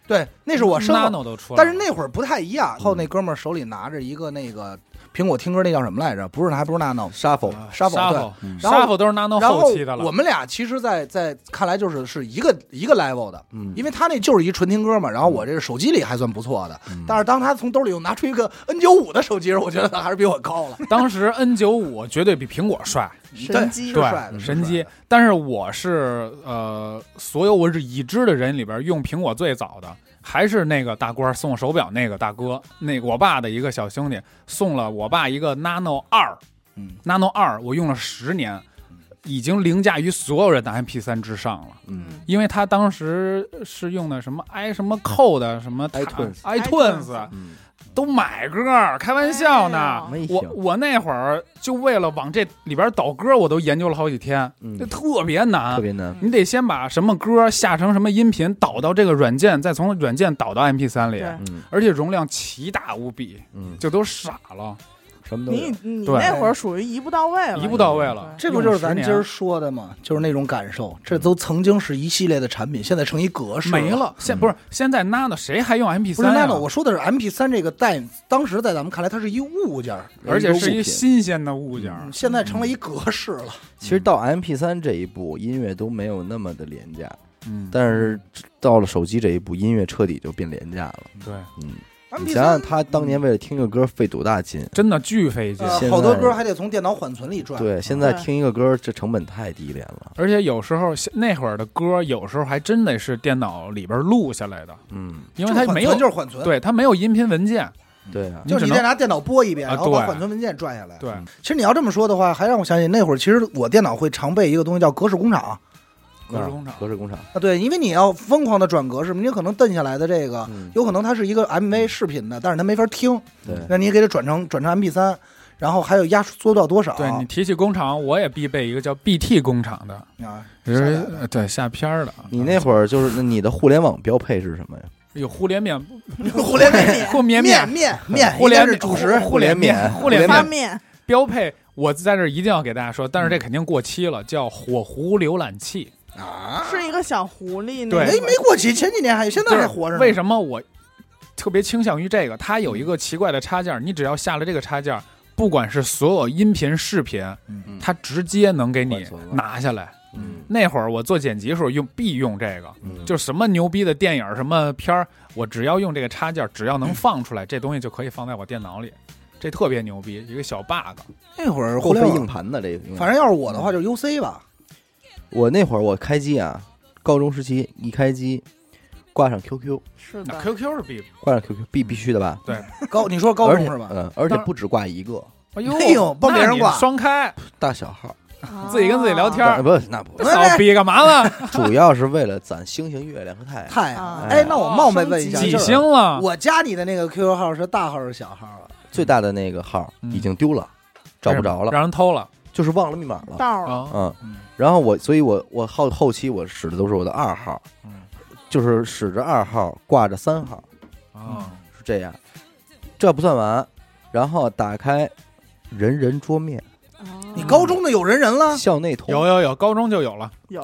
对，那是我生活
nano 都出来
但
了，
是那会儿不太一样。后那哥们儿手里拿着一个那个苹果听歌那叫什么来着？不是还不是那 o
沙否，
啊
沙否
沙
对
否
嗯
然后
沙否都是 nano
然后
后期的了。
我们俩其实在，在看来就是是一个一个 level 的，
嗯，
因为他那就是一纯听歌嘛。然后我这个手机里还算不错的，
嗯
但是当他从兜里又拿出一个 N 九五的手机时，我觉得他还是比我高了。
当时 N 九五绝对比苹果帅，
神机
是帅的
对，
嗯是
神
帅
机
的。
但是我是呃，所有我是已知的人里边用苹果最早的，还是那个大官送我手表那个大哥，那个我爸的一个小兄弟送了我爸一个 Nano 二
嗯，
，Nano 二我用了十年，已经凌驾于所有人的 MP 三之上了。
嗯
因为他当时是用的什么 i 什么 code 的什么
iTunes
iTunes
嗯，
都买歌儿，开玩笑呢。
哎
没
我
行，
我那会儿就为了往这里边导歌，我都研究了好几天，
嗯
这特别难。
特别难，
你得先把什么歌下成什么音频，导到这个软件，再从软件导到 MP 3里
对，
嗯
而且容量奇大无比，
嗯，
就都傻了，
什么都有
你你
对
那会儿属于一步到位了，
一步到位了。
这不就是咱
用
今
了十
儿说的吗？就是那种感受，这都曾经是一系列的产品，现在成一格式
年没了？现不是现在 Nano 谁还用 MP
不是
3
Nano，我说的是 MP 三这个代，当时在咱们看来，它是一物件儿，
而且是
一个
一
物品
新鲜的物件儿。
嗯现在成了一格式了。
其实到 M P 三这一步，音乐都没有那么的廉价，
嗯，
但是到了手机这一步，音乐彻底就变廉价了。
对，
嗯，你
MP
想想
三
他当年为了听个歌费多大劲，
真的巨费劲。
呃
现在
好多歌还得从电脑缓存里转。
对，现在
对
听一个歌这成本太低廉了。
而且有时候那会儿的歌，有时候还真得是电脑里边录下来的，
嗯，
因
就
为它
是缓
没有
存，就是缓存，
对它没有音频文件。
嗯
对啊，
就是你
只
得
能
拿电脑拨一遍，
啊
然后把
对
缓存文件拽下来。
对，
其实你要这么说的话，还让我想起那会儿，其实我电脑会常备一个东西叫格式工厂
格式工厂
啊格式工厂，
啊，对，因为你要疯狂的转格式，你可能蹬下来的这个。
嗯，
有可能它是一个 MV 视频的，但是它没法听，
对，
那你也给它转成转成 MP 三，然后还有压缩到多少？
对你提起工厂，我也必备一个叫 BT 工厂的，
啊，
就是
下载的
呃对下片儿的。
你那会儿就是那你的互联网标配是什么呀？
有互联面、
互联面
互联
面
面、
面面，
互联
应该是主食，
互联面、互
互
联
联
发
面
面
面
标配。我在这儿一定要给大家说，
嗯
但是这肯定过期了，叫火狐浏览器。
啊，
是一个小狐狸，
对
没没过期，前几年还现在还活着呢。嗯
为什么我特别倾向于这个？它有一个奇怪的插件，你只要下了这个插件，不管是所有音频、视频，
嗯
它直接能给你
缓存了
拿下来。
嗯
那会儿我做剪辑的时候用必用这个，
嗯，
就什么牛逼的电影、什么片儿，我只要用这个插件，只要
嗯
能放出来，这东西就可以放在我电脑里，这特别牛逼，一个小 bug。
那会儿
够
互
费
联
嗯硬
网，
盘的这个，嗯
反正要是我的话就是 UC 吧，
我那会儿我开机啊，高中时期一开机，挂上 QQ，
是
那
的，
QQ 是必，
挂上 QQ 必必须的吧？
高你说高
而
中
且
是吧？
嗯，而且
当然
不只挂一个
哎
哎呦帮别人
那你
挂
双开，
大小号，
啊
自己跟自己聊天儿
但不是那不是，
哎
骚逼干嘛 呢？
主要是为了攒星星、月亮和太阳。
太
啊
哎，那我冒昧问一下，
哎
哦几
就是
星啊了？
我加你的那个 QQ 号是大号是小号啊？
最大的那个号
嗯
已经丢了，找不着了，
让人偷了
就是忘了密码了。
道儿
啊！
嗯
嗯，
然后我，所以我我后后期我使的都是我的二号，
嗯
就是使着二号挂着三号，
啊，
是这样。这不算完，然后打开人人桌面、
啊
嗯
你高中的有人人了？
校内通，
有有有，高中就有了。
有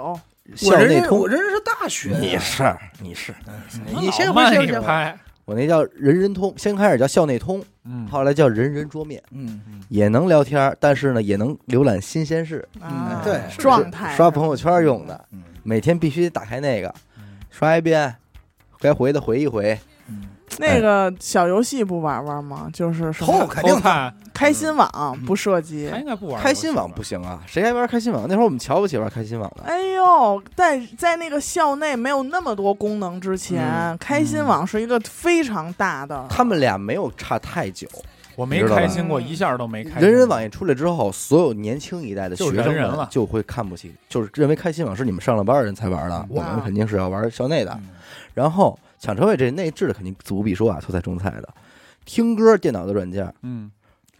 校
我人
内
人
通
我，人人是大学啊，嗯
是你是，
嗯
你先
嗯老
回
慢
先
一
先回，
拍，
我那叫人人通，先开始叫校内通，
嗯，
后来叫人人桌面，
嗯，
也能聊天，但是呢，也能浏览新鲜事。
嗯
啊
对是
状态
嗯刷朋友圈用的，
嗯
每天必须得打开那个，
嗯
刷一遍，该回的回一回。嗯
那个小游戏不玩玩吗？就是什
偷
么
肯定
偷看，嗯
开心网不涉及
他。应该不玩
开心网不行啊，谁还玩开心网？那会儿我们瞧不起玩开心网的。
哎呦，在在那个校内没有那么多功能之前，开心网是一个非常大的。
嗯
啊
他们俩没有差太久，
我没
知道吧
开心过，一下都没开心过。
人人网一出来之后，所有年轻一代的学
就
生
人人
们
了
就会看不起，就是认为开心网是你们上了班的人才玩的
嗯，
我们
啊
肯定是要玩校内的
嗯。
然后抢车位这内置的肯定无比说啊，偷菜种菜的，听歌电脑的软件，
嗯，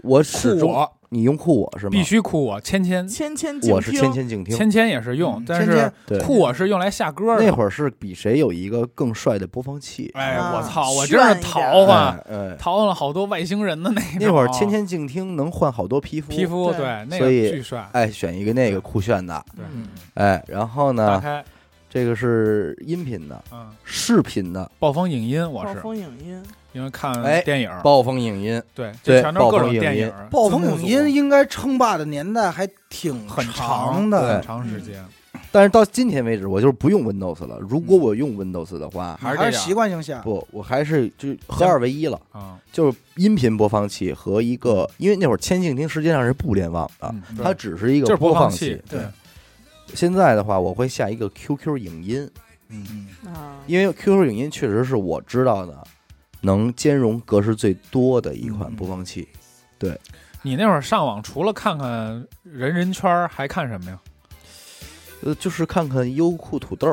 我
酷
始终
我
你用酷我是吗？
必须酷我，芊芊
千千静
我是千
听，
千静听，
芊芊也是用
嗯，
但
芊芊
是
对，
酷我是用来下歌
那
的。
会儿是比谁有一个更帅的播放器。
哎，
啊
我操，我
炫
真是
一点
桃花，
哎哎，
桃了好多外星人的那种
那会儿天天静听能换好多皮肤，
皮肤
对
对那
所
个
以
巨帅，
哎选一个那个酷炫的，
对
嗯
哎，然后
打
呢，
开
这个是音频的、
嗯，
视频的，
暴风影音我
暴
是
风影音，
因为看
哎
电影，
暴风影音，
对，
对
就全都是各
暴风
种
影
电
音
影，
暴风影音
字幕
应该称霸的年代还挺
组很
长
很
的，
长时间。
但是到今天为止，我就是不用 Windows 了。如
嗯
果我用 Windows 的话，
还是这
还
样
是习惯性
嗯
下。
不，我还是就合二为一了，
啊，
就是音频播放器和一个，因为那会儿千静听实际上是不联网的，
嗯
它只是一
就是
个
播
放
放器，
对
现在的话，我会下一个 QQ 影音，
嗯，
啊，
因为 QQ 影音确实是我知道的能兼容格式最多的一款
嗯
播放器。
你那会儿上网除了看看人人圈儿，还看什么呀？
呃，就是看看优酷土豆，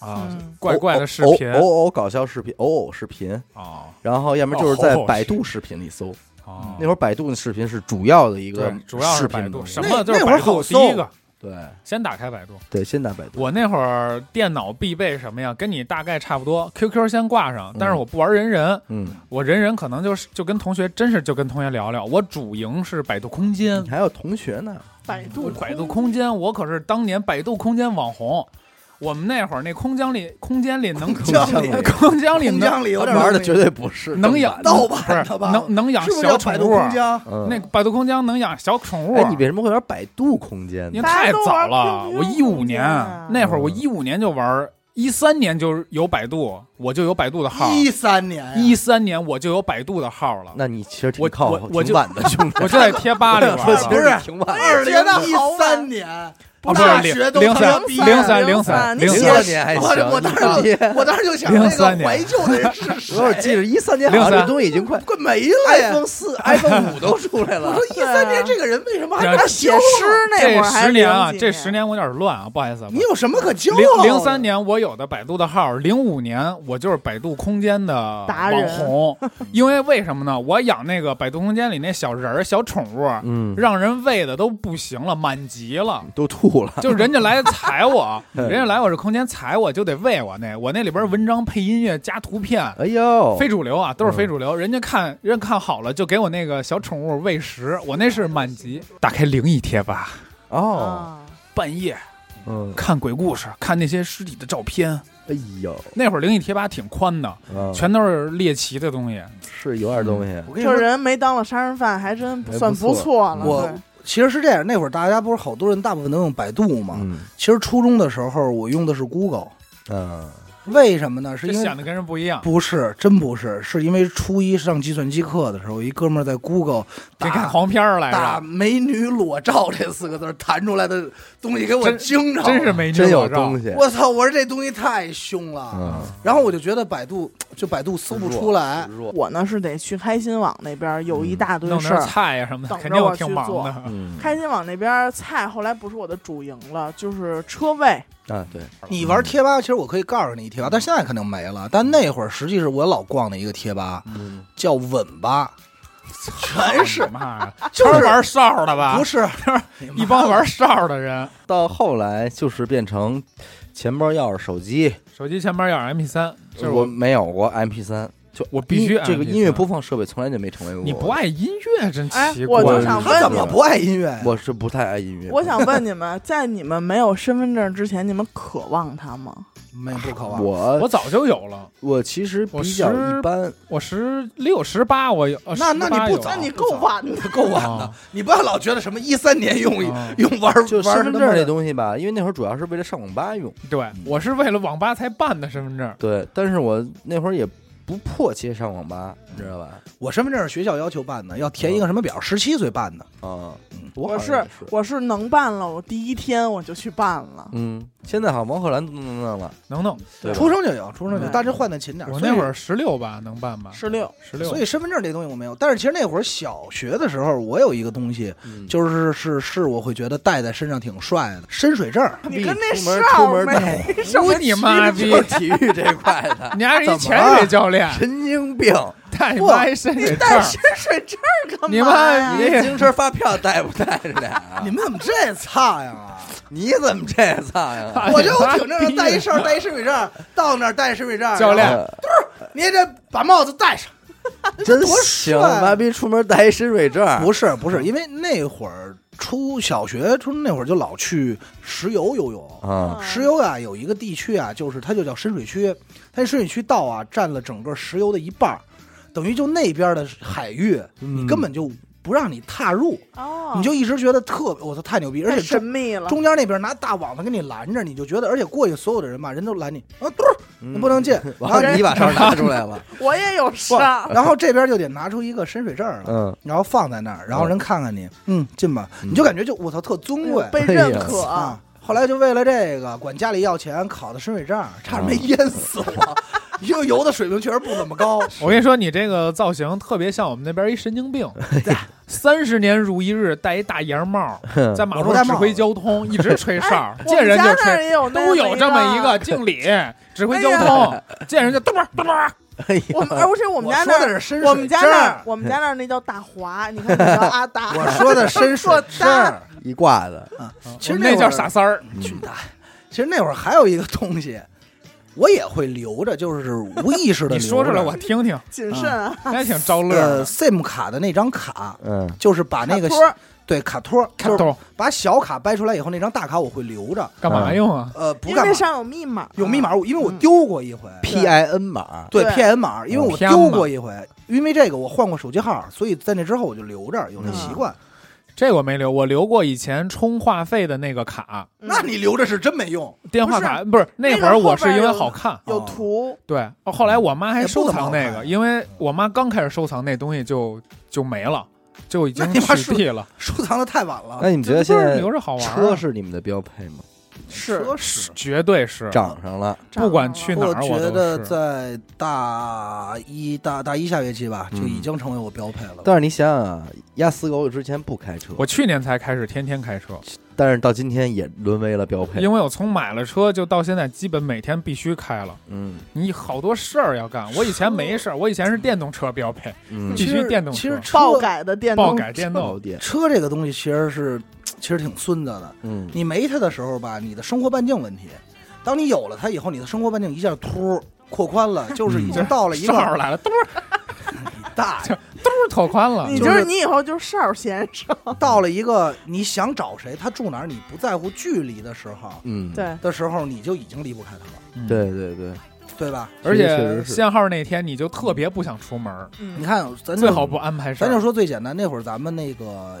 哦
啊
嗯，
怪怪的视频
偶偶偶偶搞笑视频，偶偶视频，
哦
然后要么就是在百度视频里搜。
哦，
那会儿百度的视频是主要的一个
对，主要
视
是
频
百
的
度，
东西
什么就是
那会儿
百度
好
第一个，
对
先打开百度。
对，现在百度
我那会儿电脑必备什么呀？跟你大概差不多，QQ 先挂上
嗯，
但是我不玩人人，
嗯，
我人人可能就是就跟同学，真是就跟同学聊聊。我主营是百度空间
你，还有同学呢，
百度
百度空间，我可是当年百度空间网红。我们那会儿那空间里，空间里能
空间里
空间里
空
能
江里有点
玩的
东西
绝对不是
能养
盗
不
版的
是
吧？
能能养
是不是
小啊
叫
宠
百度
物
空，间？
嗯
那百度空间能养小宠物
哎，，你为什么会玩百度空间
因为
呢？
太早了，
大家都玩 QQ
我一五
空间
年
啊
那会儿，我
嗯
一五年就玩，一三年就有百度，我就有百度的号，
一三年呀
一三年我就有百度的号了，
那你其实挺
我
靠
我我
挺
就
晚的，兄弟。
我就在贴吧里玩
我其
了。
实
不是
挺晚的，
二零
觉得好
一
晚
三年，
啊，不
大
是
学
零
都
零
他
三
妈
逼
零三
零
零
三
三
你
零
零
写
二
三
年还
我
行，
我当
你
时就我当时就想，那
03
个
年
怀旧的人是谁？啊
我记得一三年好
03
像这东西已经快
快没了呀
iPhone 四、iPhone 五都出来
我
了
说。一三年这个人为什么还
对啊
能
写
写
诗那会
这
儿还
十
是
年啊，
零几
这十年我有点乱啊，不好意思啊。
你有什么可骄
零
傲的？
零三年我有的百度的号，零五年我就是百度空间的
达人
网 红，因为为什么呢？我养那个百度空间里那小人儿、小宠物，
嗯，
让人喂的都不行了，满级 了。
都吐了。
就是人家来踩我，
嗯
人家来我这空间踩我就得喂我那我那里边文章配音乐加图片，
哎呦，
非主流啊，都是
嗯
非主流。人家看人家看好了就给我那个小宠物喂食，我那是满级。打开灵异贴吧，
哦，
啊，
半夜
嗯，
看鬼故事，看那些尸体的照片。
哎呦，
那会儿灵异贴吧挺宽的，
嗯
全都是猎奇的东西。
是有点东西。
我跟你
这
说，
人没当了杀人犯，还真
还
算
不错
错了。
我其实是这样，那会儿大家不是好多人，大部分都用百度嘛。
嗯
其实初中的时候，我用的是 Google，
嗯，
为什么呢？是
这
因为
显得跟人不一样。
不是，真不是，是因为初一上计算机课的时候，一哥们儿在 Google
给看
打
黄片儿来
打“
着，
美女裸照”这四个字儿弹出来的东西，给我
真
惊着了，
真是没
真有
照
东。西。
我操！我说这东西太凶了。
嗯，
然后我就觉得百度就百度搜不出来，
弱。
我呢是得去开心网那边有一大堆
弄
事
点
儿。
菜呀什么的，
等着
肯定
我
我挺
去
忙
做
的。
嗯，
开心网那边菜后来不是我的主营了，就是车位。
啊，对，
你玩贴吧，其实我可以告诉你一贴吧，但现在肯定没了。但那会儿实际是我老逛的一个贴吧，
嗯
叫稳吧，全是
妈哎呀，
就
全
是
是玩啊哨的吧？
不是
一帮玩哨的人，
到后来就是变成钱包、钥匙、手机，
手机前面要 MP 三，就是
我没有过 MP 三，就
我必须
音这个
MP3
音乐播放设备从来就没成为过我。
你不爱音乐真
哎
奇
我
怪。
就
想
他怎么不爱音乐呀？
我是不太爱音乐。
我想 问你们，在你们没有身份证之前，你们渴望它吗？
没不渴望，
我
我早就有了，
我其实
我
比较
十
一般，
我十六十八我有，呃
那那你
18
不
有
那
那
你
你
够
够晚的。
够晚的
啊。
你不要老觉得什么一三年用
啊
用玩
就
玩
身份
他
证
妈
这
的
东西吧，因为那会儿主要是为了上网吧用。
对，我是为了网吧才办的身份证，
对，但是我那会儿也不迫切上网吧，你知道吧？
我身份证是学校要求办的，要填一
啊
个什么表，十七岁办的。
啊，
我
我好像
是
也是，
我是能办了，我第一天我就去办了。
嗯，现在好像王鹤兰都能弄了，
能弄。
对吧
出生就有，出生就
嗯
有，但是换的勤点。
我
所以
那会儿十六吧，能办吧？
十六，
十六，
所以身份证这东西我没有，但是其实那会儿小学的时候，我有一个东西，
嗯
就是是是我会觉得戴在身上挺帅的，深水证。
你跟那
出门
哨
出门
没
带
什么
我你妈
就
逼，
是体育这块 的，
你还是一
怎么
潜
了
水教练，
神经病！
带你
不
妈一深水证
带
儿，
深水证干
你
嘛
妈
呀？
你自行车发票带不带着俩
你？们怎么这差呀？
你怎么这样哎呀？
我就挺正常，带一哨，带一深水证，到那儿带深水证，
教练
呃
然后，你这把帽子戴上，
真
多
行，
帅
妈逼出门带一深水证，
不是不是，因为那会儿初小学初中那会儿就老去石油游泳。
啊，
石油啊，有一个地区啊，就是它就叫深水区，它深水区道啊占了整个石油的一半儿，等于就那边的海域，
你
根本就不让你踏入，
哦，
你就一直觉得特我操太牛逼，而
太
且
神
中
秘了，
中间那边拿大网子给你拦着，你就觉得，而且过去所有的人吧，人都拦你啊，嘟儿
嗯
你 不能进，然
然后
后
你把证拿出来 吧，
我也有上，
然后这边就得拿出一个深水证来，
嗯，
然后放在那儿，然后人看看你，嗯，进吧，
嗯
你就感觉就我操特尊贵
被
哎呀
认可
啊。后来就为了这个管家里要钱，考的深水证，差
啊
点没淹死我。因为游的水平确实不怎么高，
我跟你说，你这个造型特别像我们那边一神经病，三十年如一日，戴一大檐帽，
嗯
在马路上指挥交通，一直吹哨，
我
见
们
人
家
就
那儿
吹，
也有那
都有这么一
个
个，经理指挥交通，见人就嘟吧嘟吧，
哎呀，
我们而 且我们
我
家
说
那
的
儿
是深
我们
水
家
证
那儿
儿，
我们家那儿那叫大华，你看你叫阿达，
我说的 深水证儿。
一挂的，
其实
我们那
会
叫
儿
傻三儿，
去大爷！其实那会儿还有一个东西，我也会留着，就是无意识的
你
留着。
说出来我听听，
谨慎啊，
还挺招乐
呃
的。
，SIM 卡的那张卡，
嗯，
就是把那个
卡托儿
对卡托，
看
就是
懂
把小卡掰出来以后，那张大卡我会留着。
干嘛用啊？
呃，不
因为
干
那
嘛
上有密码，
有密码，我因为我
嗯
丢过一回。
P I N 码，
啊
对
对
P N 码，因为我
偏
丢
码
过一回，因为这个我换过手机号，所以在那之后我就留着，有这
嗯
习惯。
这我没留，我留过以前充话费的那个卡，
嗯，
那你留着是真没用，
电话卡不是那会
那
儿
个后
我是因为
边有
好看，
有图，
对，哦后来我妈还收藏那
也不怎
个，
么好看
因为我妈刚开始收藏那东西就就没了，就已经
那你妈
取缔了。
收藏的太晚了
那。你们觉得
这
现
不是
在
留着好玩、啊？
车是你们的标配吗？
是
车是
绝对是，
涨上了，
不管去哪
我
儿
觉
都
得
是
在大一大大一下学期吧，就
嗯
已经成为我标配了。
但是你想想啊，压死狗之前不开车，
我去年才开始天天开车，
但是到今天也沦为了标配，
因为我从买了车就到现在，基本每天必须开了。
嗯
你好多事儿要干，我以前没事儿，我以前是电动车标配，
嗯，
必
其
须
实
电动
其
车
实车
爆改的电
爆
动，
改电
老
动。
点，
车这个东西其实是其实挺孙子的。
嗯，
你没它的时候吧，你的生活半径问题；当你有了它以后，你的生活半径一下突扩宽 了，就是已经到了一
哨儿
个
嗯来了，嘟儿
大爷，
嘟儿拓宽了。
你
就
就是
是
你以后就是 少先生，
到了一个你想找谁，他住哪儿，你不在乎距离的时候
嗯，
对，
的时候，你就已经离不开他了，
嗯，
对对对，
对吧？
而
确实
且
是
限号那天你就特别不想出门儿，
你
嗯，
看，咱就
最好不安排事
咱就
儿。
说最简单，那会儿咱们那个。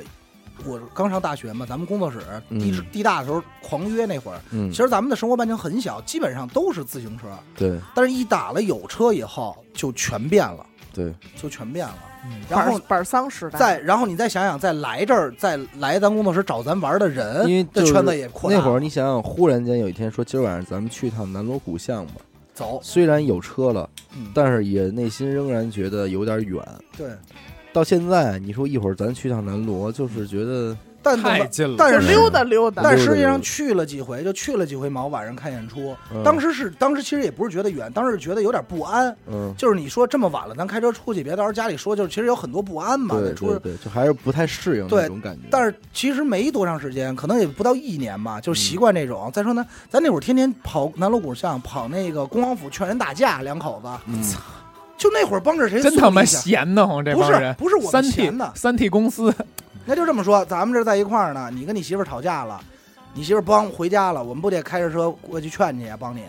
我刚上大学嘛，咱们工作室地
嗯
地大的时候狂约那会儿，
嗯
其，实咱们的生活半径很小，基本上都是自行车。
对
但是，一打了有车以后，就全变了，
对，
就全变了。
嗯
然后
板板桑时代，
再然后你再想想，再来这儿，再来咱工作室找咱玩的人，
因为
这
就是
圈子也扩大
那
了。
会儿你想想，忽然间有一天说今儿晚上咱们去一趟南锣鼓巷吧，
走，
虽然有车了，
嗯，
但是也内心仍然觉得有点远。
对，
到现在，你说一会儿咱去趟南锣，就是觉得
但
太近了，
但
就是溜达溜达，
但实际上去了几回，就去了几回毛晚上看演出。
嗯
当时是当时其实也不是觉得远，当时觉得有点不安。
嗯，
就是你说这么晚了，咱开车出去，别到时候家里说，就是其实有很多不安嘛。
对
在出
对对，就还是不太适应
对
那种感觉。
但
是
是其实没多长时间，可能也不到一年吧，就是习惯这种。再说呢，咱那会儿天天跑南锣鼓巷，跑那个恭王府劝人打架，两口子，
嗯，
就那会儿帮着谁
真
送
他妈
一下
闲得慌，这
不
帮
是
人。
不是我
三
们
T
闲的，
三 T 公司，
那就这么说，咱们这儿在一块儿呢，你跟你媳妇儿吵架了，你媳妇儿帮回家了，我们不得开着车过去劝你啊，帮你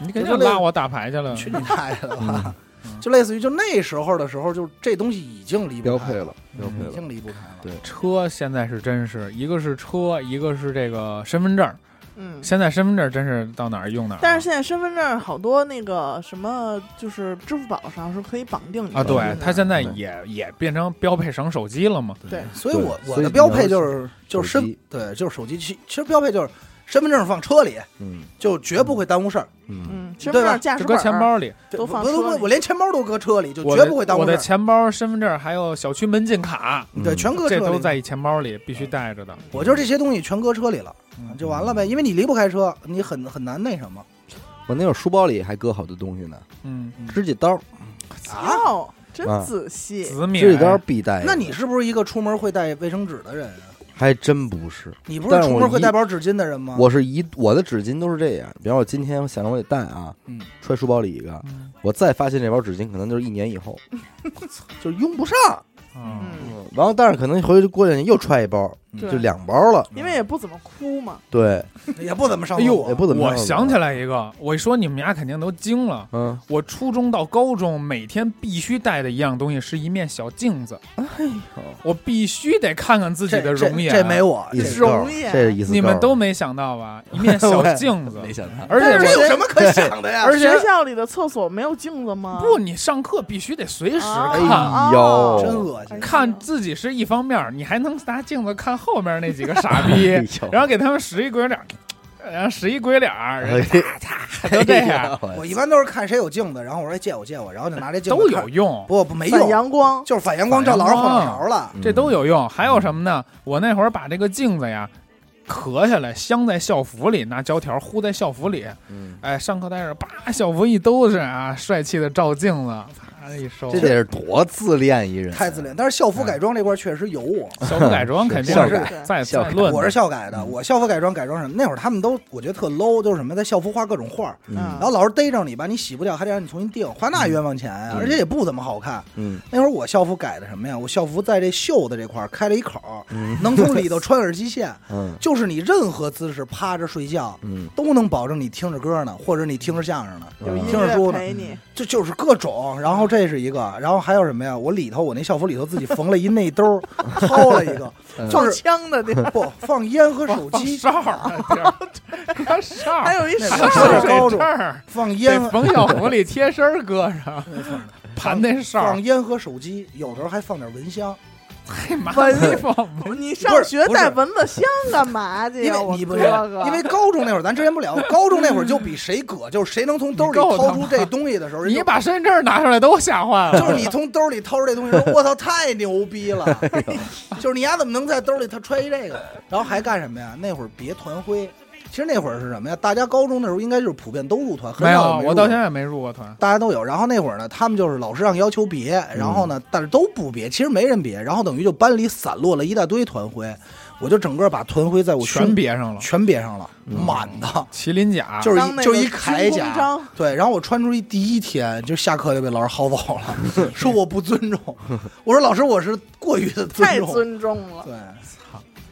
你肯
就
定
那
拉我打牌去了。
去你大爷的吧！
嗯
就类似于就那时候的时候，就这东西已经离不
标
开
配，了，标配
已
了。
经离不开了。
对
车现在是真是，一个是车，一个是这个身份证。
嗯。
现在身份证真是到哪儿用哪儿啊。
但是现在身份证好多那个什么，就是支付宝上是可以绑定你
啊，
的
对
身份，
它现在
对
也也变成标配省手机了嘛。
对
所以我
对所
我
以你
的标
要
配
是
就是就是
手
身
机
对就是手机，其其实标配就是身份证放车里，
嗯
就绝不会耽误事儿。
嗯，
嗯，身份
对吧
证、驾驶
就
本
搁
儿、
钱包里，
都放
我
车
我
里
我连钱包都搁车里，就
我
绝
的
不会耽
我
误事
的
儿。
钱包、身份证还有小区门禁卡，
对，
嗯
全搁车
这
里。
都在一钱包里，必须带着的。
我就是这些东西全搁车里了，
嗯
就完了呗。因为你离不开车，你很很难那什么
我那会儿书包里还搁好多东西呢，
嗯，
指甲刀，
啊。
哟，真
啊
仔细，
紫米
指甲刀必
哎
带。
那你是不是一个出门会带卫生纸的人啊？
还真不是，
你不是
但是
出
我
门会
一
带包纸巾的人吗？
我是一我的纸巾都是这样，比方我今天我想着我得带啊，
嗯
揣书包里一个，
嗯
我再发现这包纸巾，可能就是一年以后，就是用不上。
嗯，
嗯，
然后，但是可能回去过两年又揣一包，
对
就两包了。
因为也不怎么哭嘛，
对，
也不怎么上
哎
厕
呦，
也
所。
不怎么
我
上厕所
想起来一个，我一说你们俩肯定都惊了。
嗯，
我初中到高中每天必须带的一样东西是一面小镜子，
哎
我必须得看看自己的
这
容颜。啊
这没我，
意
这
思够
容
了
易
这是意思够了。
你们都没想到 吧？一面小镜子，
没想到，
而且
但
这
是
我
有什么可想哎的呀？
而且
学校里的厕所没有镜子吗？
不，你上课必须得随时
啊
看。
哎呦，
哦
真恶心
哎！
看自己是一方面，你还能拿镜子看后面那几个
哎
傻逼，
呦
然后给他们使一鬼脸儿，然后使一鬼脸儿，然后都
哎
这
呀
样，
我一般都是看谁有镜子，然后我说哎借我借我，然后就拿这镜子
都
看
有用，
不不没
反
用，
阳光，
就是反阳光照老师后脑勺了。
嗯
这都有用。还有什么呢？我那会儿把这个镜子呀。咳下来，镶在校服里，拿胶条糊在校服里。
嗯
哎，上课带着，叭，校服一兜是啊，帅气的照镜子，啪一收。
这得是多自恋一人，啊
太自恋，但是校
嗯
服改装这块确实有我，
校服改装肯定
校
是
改
在
校
在
改
论的，
我是校改的，
嗯
我校服改装改装什么？那会儿他们都我觉得特 low，就是什么在校服画各种画儿，然
嗯
后老师逮着你吧，你洗不掉还得让你重新定，花那冤枉钱啊，
嗯
而且也不怎么好看。
嗯
那会儿我校服改的什么呀？我校服在这袖子这块儿开了一口儿，
嗯
能从里头穿耳机线，
嗯
就是你任何姿势趴着睡觉。
嗯，
都能保证你听着歌呢，或者你听着相声呢，
有音
听着书
乐
呢，
陪你，
这就是各种。然后这是一个，然后还有什么呀？我里头我那校服里头自己缝了一内兜 儿，掏了一个，就
放
是
枪的地方，
不放烟和手
嗯放
机，
哨儿，放哨儿，
还有一
那
哨
不
儿啊
是
这
高中
这儿
放烟
得
和
冯小红里贴身儿搁上，盘那哨儿
放，烟和手机，有时候还放点蚊香，
嘿妈没放不
你上学
不是
带蚊子香干嘛去
因
呀？
为
我
你不
哥
是
哥，
因为高中那会儿咱之前不聊，高中那会儿就比谁葛，就是谁能从兜里
你够他
掏
妈
出这东西的时候，人
你
就
把身份证拿出来都吓坏
就
了。
是你从兜里掏出这东西说，我操，太牛逼 了！就是你丫怎么能在兜里他揣一这个？然后还干什么呀？那会儿别团徽，其实那会儿是什么呀？大家高中的时候应该就是普遍都入团，很
没有
少，没入
我到现在也没入过团。
大家都有。然后那会儿呢，他们就是老师让要求别，然后呢，但是都不别，其实没人别。然后等于就班里散落了一大堆团徽，我就整个把团徽在我
全
全
别上了，
全别上了，
嗯
满的。
麒麟甲
就是
当那
一
个
就一铠
军功
甲
章，
对，然后我穿出去第一天就下课就被老师薅 走了，说我不尊重，我说老师我是过于的尊
太
重，
尊重了，
对，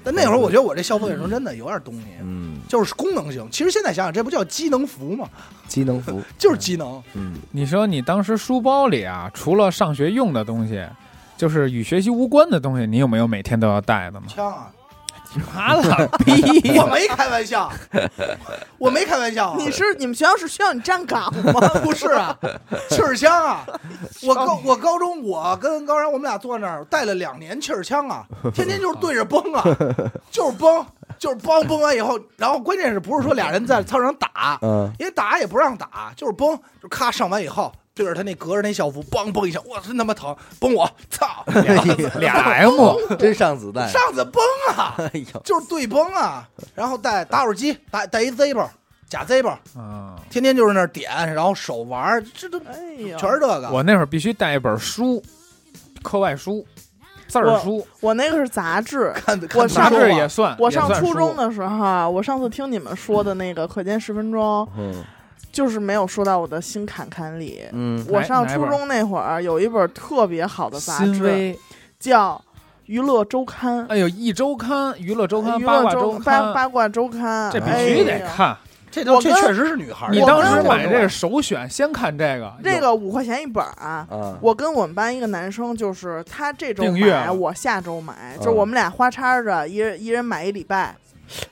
但那会儿我觉得我这校服改装真的有点东西，
嗯，
就是功能性。其实现在想想，这不叫机能服吗？
机能服，
就是机能，
嗯
你说你当时书包里啊，除了上学用的东西，就是与学习无关的东西，你有没有每天都要带 的呢？
枪啊！
妈了逼！
我没开 玩笑，我没开玩笑啊，
你是你们学校是需要你站岗吗？
吗？不是啊，气儿枪啊！我高我高中我跟高然我们俩坐那儿带了两年气儿枪啊，天天就是对着崩啊，就是崩，就是崩崩完以后，然后关键是不是说俩人在操场打，
嗯，
因为打也不让打，就是崩，就咔上完以后。对着他那隔着那校服，梆梆一下，我真他妈疼！崩我，操！
俩 M，
真上子弹，
上次崩啊，
哎呦，
就是对崩啊，然后带打火机，带带一 Zippo，假 Zippo，
嗯，
天天就是那儿点，然后手玩儿，这都
哎呦，
全是这个。
我那会儿必须带一本书，课外书、字儿书，
我那个是杂志。
看
我
看
杂
上
杂志
志
也
也算。
我上
也算
初中
书
的时候啊，我上次听你们说的那个《可见十分钟
嗯》，
就是没有说到我的心坎坎里。
嗯
我上
哪
初
哪本
中那会儿有一本特别好的杂
新
志，
微
叫《娱乐周刊》。
哎呦，一周刊、娱乐周刊、
娱
八
乐
卦
周
周
八
刊，
八卦周刊，
这必须
哎
得
呦。
看。
这
我
都
跟
这确实是女孩儿。
你
我
当
跟
时
我
买这是首选，先看这个。
这
有
个五块钱一本儿啊，
啊，
我跟我们班一个男生，就是他这周
订阅啊
买，
了
我下周买，
嗯
就是我们俩花插着，一人一人买一礼拜。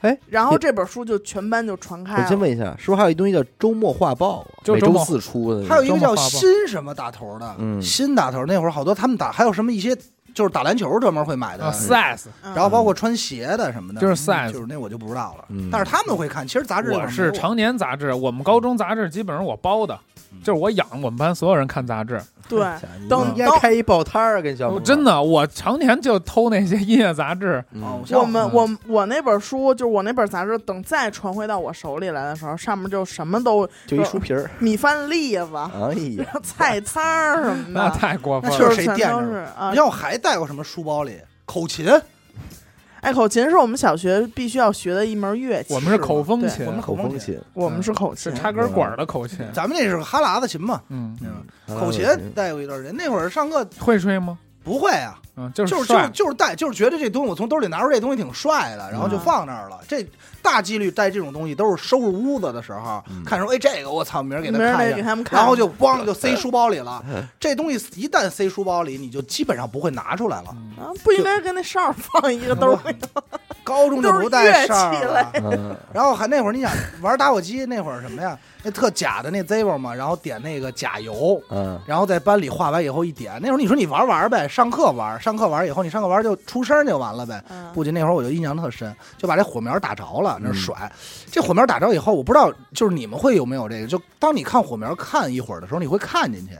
哎，
然后这本书就全班就传开
我先
了。
问一下，是不是还有一东西叫周末画报啊？
就是
每
周
周
末
四出的那个，
还有一个
周末
叫
画报
新什么打头的，
嗯
新打头那会儿好多他们打，还有什么一些就是打篮球专门会买的，
啊，size，
嗯
然后包括穿鞋的什么的，
就是 size
就是那我就不知道了。
嗯
但是他们会看，其实杂志
我是
常
常年杂志，我们高中杂志基本上我包的，就是我养我们班所有人看杂志。
对，等
应该开一报摊儿跟小
我
伙，
哦真
的，
的，我常年就偷那些音乐杂志。
嗯
我们我我那本书，就是我那本杂志，等再传回到我手里来的时候，上面就什么都
就一书皮儿，
米饭粒子、
哎呀，
菜汤儿什么
那
的，
太过分
嗯那
了
确，
就
实
是全嗯
谁垫
都
着
是
你
啊
看。我还带过什么书包里？口琴，
哎，口琴是我们小学必须要学的一门乐器。
我们是口风
对
琴
我，们
口风啊
琴，
琴，
我们是口琴
是，插根管儿的口琴。
咱们那是哈喇子琴嘛，
嗯，
嗯，
啊
口琴带过一段时间。那会儿上课
会吹吗？
不会啊，
嗯，就是
就是就是
帅。
就是带，就是觉得这东西我从兜里拿出这东西挺帅的，然后就
嗯
放那儿了。这大几率带这种东西都是收拾屋子的时候，
嗯
看说哎这个我操，明儿给他
没人
看
得
一
给
下。
他们看，
然后就咣就塞书包里了，这东西一旦塞书包里，你就基本上不会拿出来了。
嗯
啊，不应该跟那哨儿放一个兜儿里，
高中就不带上
都是乐器
了
了，
嗯
然后还那会儿你想玩打火机那会儿什么呀？那特假的那 Zippo 嘛，然后点那个假油，
嗯，
然后在班里画完以后一点。那会儿你说你玩玩呗，上课玩，上课玩以后你上课玩就出声就完了呗。
嗯。
不仅那会儿我就印象特深，就把这火苗打着了，那儿
嗯
甩。这火苗打着以后，我不知道就是你们会有没有这个，就当你看火苗看一会儿的时候，你会看进去，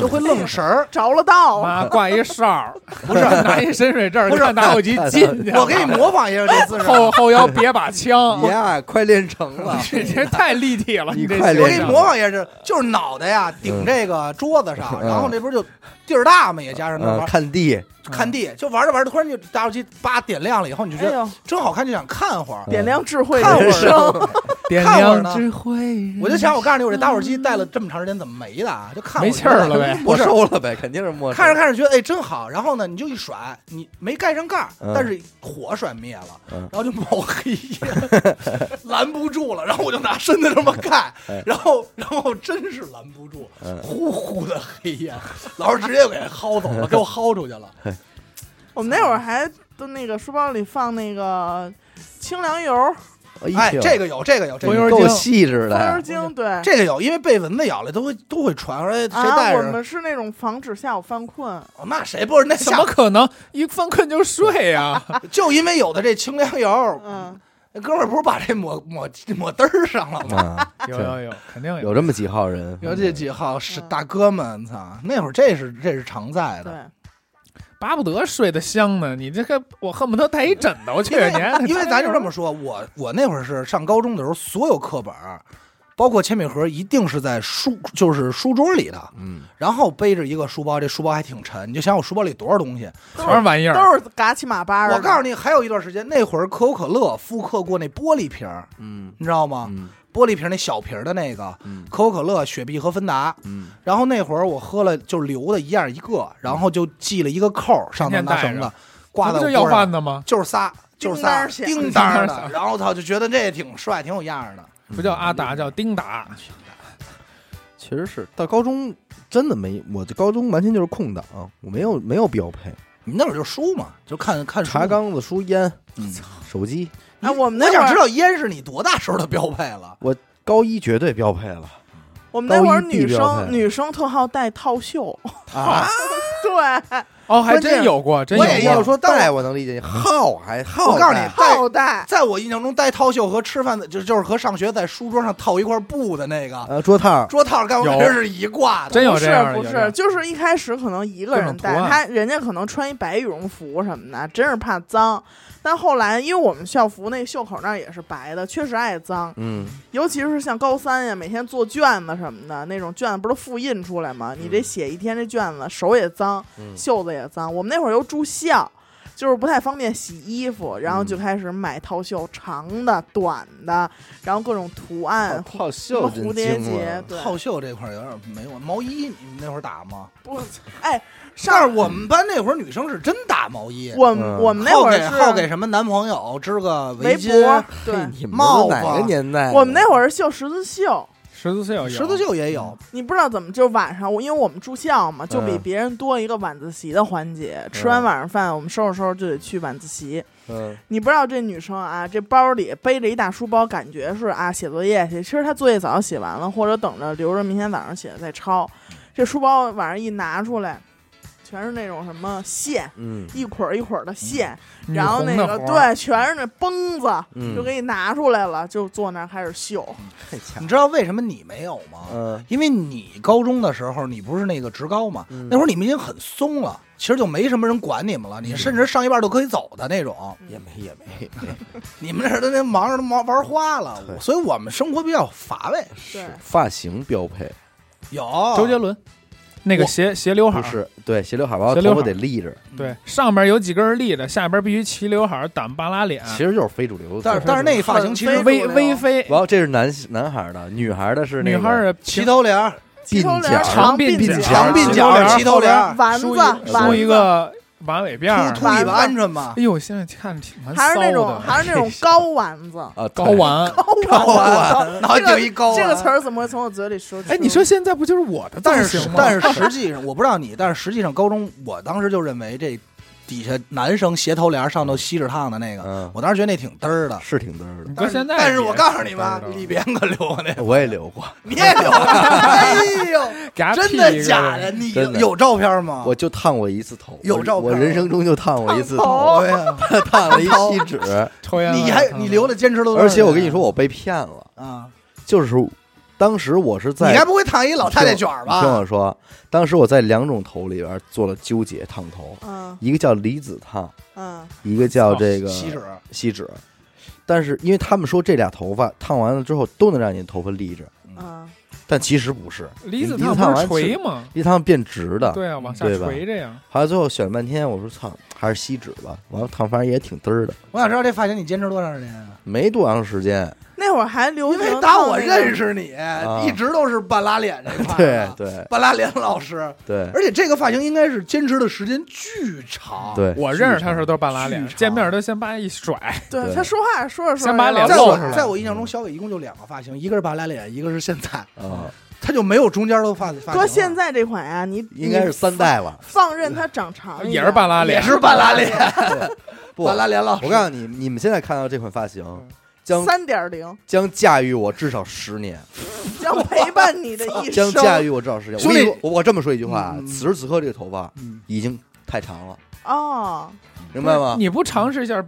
就会愣神儿
着了道啊儿。
妈挂一哨儿，
不是
拿一深水证，
不是
让打火机进去。
我给你模仿一下这姿势，啊
后后腰别把 枪，
爷啊，快练成了，
这这太立体了，
你
这
快
形
我
练
给
象
你模仿一下，这就是脑袋呀顶这个桌子上，
嗯
然后那不是就地儿大嘛，也加上那
嗯，
玩
看地，
看地，就玩着玩着，突然就打火机叭点亮了以后，你就觉
哎
得
呦，
正好看，就想看会儿。
点亮智慧
看
人
会
生，
儿，
点
看会儿呢
亮智慧。
我就想，我告诉你，我这打火机
嗯
带了这么长时间，怎么没的啊？就看
没气儿了呗
不
没
是，
收了呗，肯定是没收。
看着看着觉得哎真好，然后呢你就一甩，你没盖上盖儿，
嗯
但是火甩灭了，
嗯
然后就冒黑烟， 拦不住了，然后我就拿身子这么盖
哎，
然后然后真是拦不住，
嗯
呼呼的黑烟，老师直接给薅走了，给我薅出去了。
我们那会儿还都那个书包里放那个清凉油儿、
哎，
呦
这个有，这个有，
这
这个
风油
有。
够
精
细致
风油
的，啊
精，对。
这个有，因为被蚊子咬了都会都会传，哎，谁带
啊，我
着？
们是那种防止下午犯困，
哦那谁不是 那
怎
下
么可能一犯困就睡呀？
就因为有的这清凉油，
嗯，
那哥们儿不是把这抹抹抹嘚儿上了吗？
啊，
有有有，肯定
有这么几号人，
有这几号是
嗯
大哥们，操，那会儿这是这是常在的，
对，
巴不得睡得香呢。你这个我恨不得带一枕头去，你
因为咱就这么说，我我那会儿是上高中的时候，所有课本儿，包括铅笔盒，一定是在书就是书桌里的，
嗯，
然后背着一个书包，这书包还挺沉，你就想我书包里多少东西。
都
全是
是
玩意儿。
都是嘎起马巴儿的。
我告诉你，还有一段时间，那会儿可口可乐复刻过那玻璃瓶儿，
嗯
你知道吗？
嗯
玻璃瓶儿那小瓶儿的那个。
嗯
可口可乐、雪碧和芬达，
嗯，
然后那会儿我喝了就留的一样一个，然后就系了一个扣儿上
天
头
天
拿
带
绳子
着
挂啊
这
在
不
我
就要
脖上
饭的吗？
就是仨，就是仨
儿响
叮当
叮当
儿的
儿，响
然后操就觉得这也挺帅，挺有样儿的。
不叫阿达，叫丁达。
其实是到高中真的没，我这高中完全就是空档，我没有没有标配，
你那会儿就书嘛，就看看书
茶。缸子、书、烟、
嗯
手机，
哎，我们那
我
会
想知
儿，
道烟是你多大时候的标配了？
高一绝对标配了
我们那会儿
高一
女
地标
生
配
女生特好戴套袖，
啊！
对，
哦，还
关键
真有过，真
我
有
也
要
要
过。
说带，我能理解你号还号，
我告诉你，戴
好戴。
在我印象中，戴套袖和吃饭的，就就是和上学在书桌上套一块布的那个
呃，桌套，
桌套，跟我
啊有
这是一挂的。
真有
不
这
是
样的
不
有这
是，
样
就是一开始可能一个
各种
人
图
带，
案
他人家可能穿一白羽绒服什么的，真是怕脏。但后来，因为我们校服那袖口那儿也是白的，确实爱脏，
嗯，
尤其是像高三呀，每天做卷子什么的，那种卷子不是复印出来吗？你
嗯
这写一天这卷子，手也脏，
嗯
袖子也脏。我们那会儿又住校，就是不太方便洗衣服，然后就
嗯
开始买套袖，长的、短的，然后各种图
哦
案，
套
什么
袖真
蝴蝶
精啊
结
了，，
对，
套袖这块儿有点没有毛衣，你们那会儿打吗？
不，哎，
但
上
是我们班那会儿女生是真打毛衣，
我们
嗯
我们那
好
会
给
儿
好给
是
什么男朋友织个
围
巾
脖，，对，
你们
帽
都
子
哪个年代的？
我们那会儿是绣十字绣，
十四岁有
十字
有
绣也有。
你不知道怎么，就晚上，我因为我们住校嘛，就比
嗯
别人多一个晚自习的环节。吃完晚上饭，我们收拾收拾就得去晚自习。
嗯，
你不知道这女生啊，这包里背着一大书包，感觉是啊写作业去，其实她作业早就写完了，或者等着留着明天早上写再抄。这书包晚上一拿出来，全是那种什么线，
嗯
一捆儿一捆儿的线，
女
然后
嗯红啊
那个
的活儿，
对，全是那绷子，
嗯
就给你拿出来了，就坐那儿开始绣。
嗯
太强
你，知道为什么你没有吗？
嗯
因为你高中的时候，你不是那个职高嘛，
嗯
那会儿你们已经很松了，其实就没什么人管你们了，你甚至上一半就可以走的那种。
也没也没，
你们这儿都那忙着都忙玩花了，
对
所以我们生活比较乏味。
对，
发型标配，
有
周杰伦那个斜斜刘海
不
儿，
是对斜刘海儿，然后
哦斜刘
头发
海儿
得立着，
对，上边有几根立着，下边必须齐刘海儿，挡半拉
啊
脸，
其实就是非主流的做
但
法。
是但是那发型其实
很非
微
主流
微飞，
然后这是男男孩儿的，女孩儿的是那
女
个
孩儿
齐头帘儿、
齐头帘
鬓
儿
角，
长
鬓
鬓
角
长鬓角
儿
儿、齐头帘儿，
丸
梳
子
一梳一
丸子
个马尾辫儿
秃，秃尾巴
丸
鹌鹑嘛
哎，呦，现在看挺蛮
还是
骚
那种
的，哎
还是那种高 丸子
啊
睾
对
丸。
高丸子，
丸，脑顶一啊高丸
这个词儿怎么会从我嘴里说出？
哎，你说。 现在不就是我的造
但
型
是
吗？
但是实际上，我不知道你，但是实际上高中我当时就认为这底下男生斜头帘上头锡纸烫的那个，
嗯，
我当时觉得那挺嘚儿的。
是挺嘚儿
你
的，
搁现在也，
但是我告诉你吧，
你
里边可留过那，
我也留过，
你也留过。哎 呦，
给他
真
剃一
的
个
假的？？你
真的
有照片吗？
我就烫过一次头，
有
我
照片
我人生中就烫过一次头，
烫
哎呀，
烫了一锡纸，
抽烟了，
你还
烫
你留的坚持都多少
而且我跟你
年
说，我被骗了，
啊，
就是当时我是在
你该不会烫一老太太卷儿
你听
吧？
我说，当时我在两种头里边做了纠结烫头，
嗯
一个叫离子烫，
嗯，
一个
哦
叫这个
锡纸，
锡纸。但是因为他们说这俩头发烫完了之后都能让你头发立着，
嗯，
但其实不是，
离子
离
烫
子烫
不是
完
垂
是
吗？
离子烫变直的。
对啊，往下
对吧
垂着呀。
后来最后选了半天，我说操，还是锡纸吧。完了烫，反正也挺嘚儿的，
我想知道这发型你坚持多长时间啊？
没多长时间。
那会儿还流
因为
行
打
烫
我
那个
认识你，一直都是半拉脸这
啊
块儿
对
啊，
对
半拉脸老师，
对
而且这个发型应该是坚持的时间巨长。，
对，
啊我认识他的时候都是半拉脸，
巨长
见面都先把一甩，
对
对
他说话说着说着，
先把脸
在
露
我
出来
在我印象中，小伟一共就两个发型，一个是半拉脸，一个是现在，
啊，
他就没有中间的发发型了。
搁现在这款呀，你
应该是三代吧。
放任它长
哎
长一点
也是半拉
也
脸，
是半拉脸，
不，
半拉脸老师。
我告诉你，你们现在看到这款发型
嗯，
将
三点零
将驾驭我至少十年。
将陪伴你的一
将
生。
驾驭我这少时间。
兄
我
弟
跟你说我我这么说一句话啊
嗯，
此时此刻这个头发
嗯
已经太长了，
哦，
明白吗？
你不尝试一下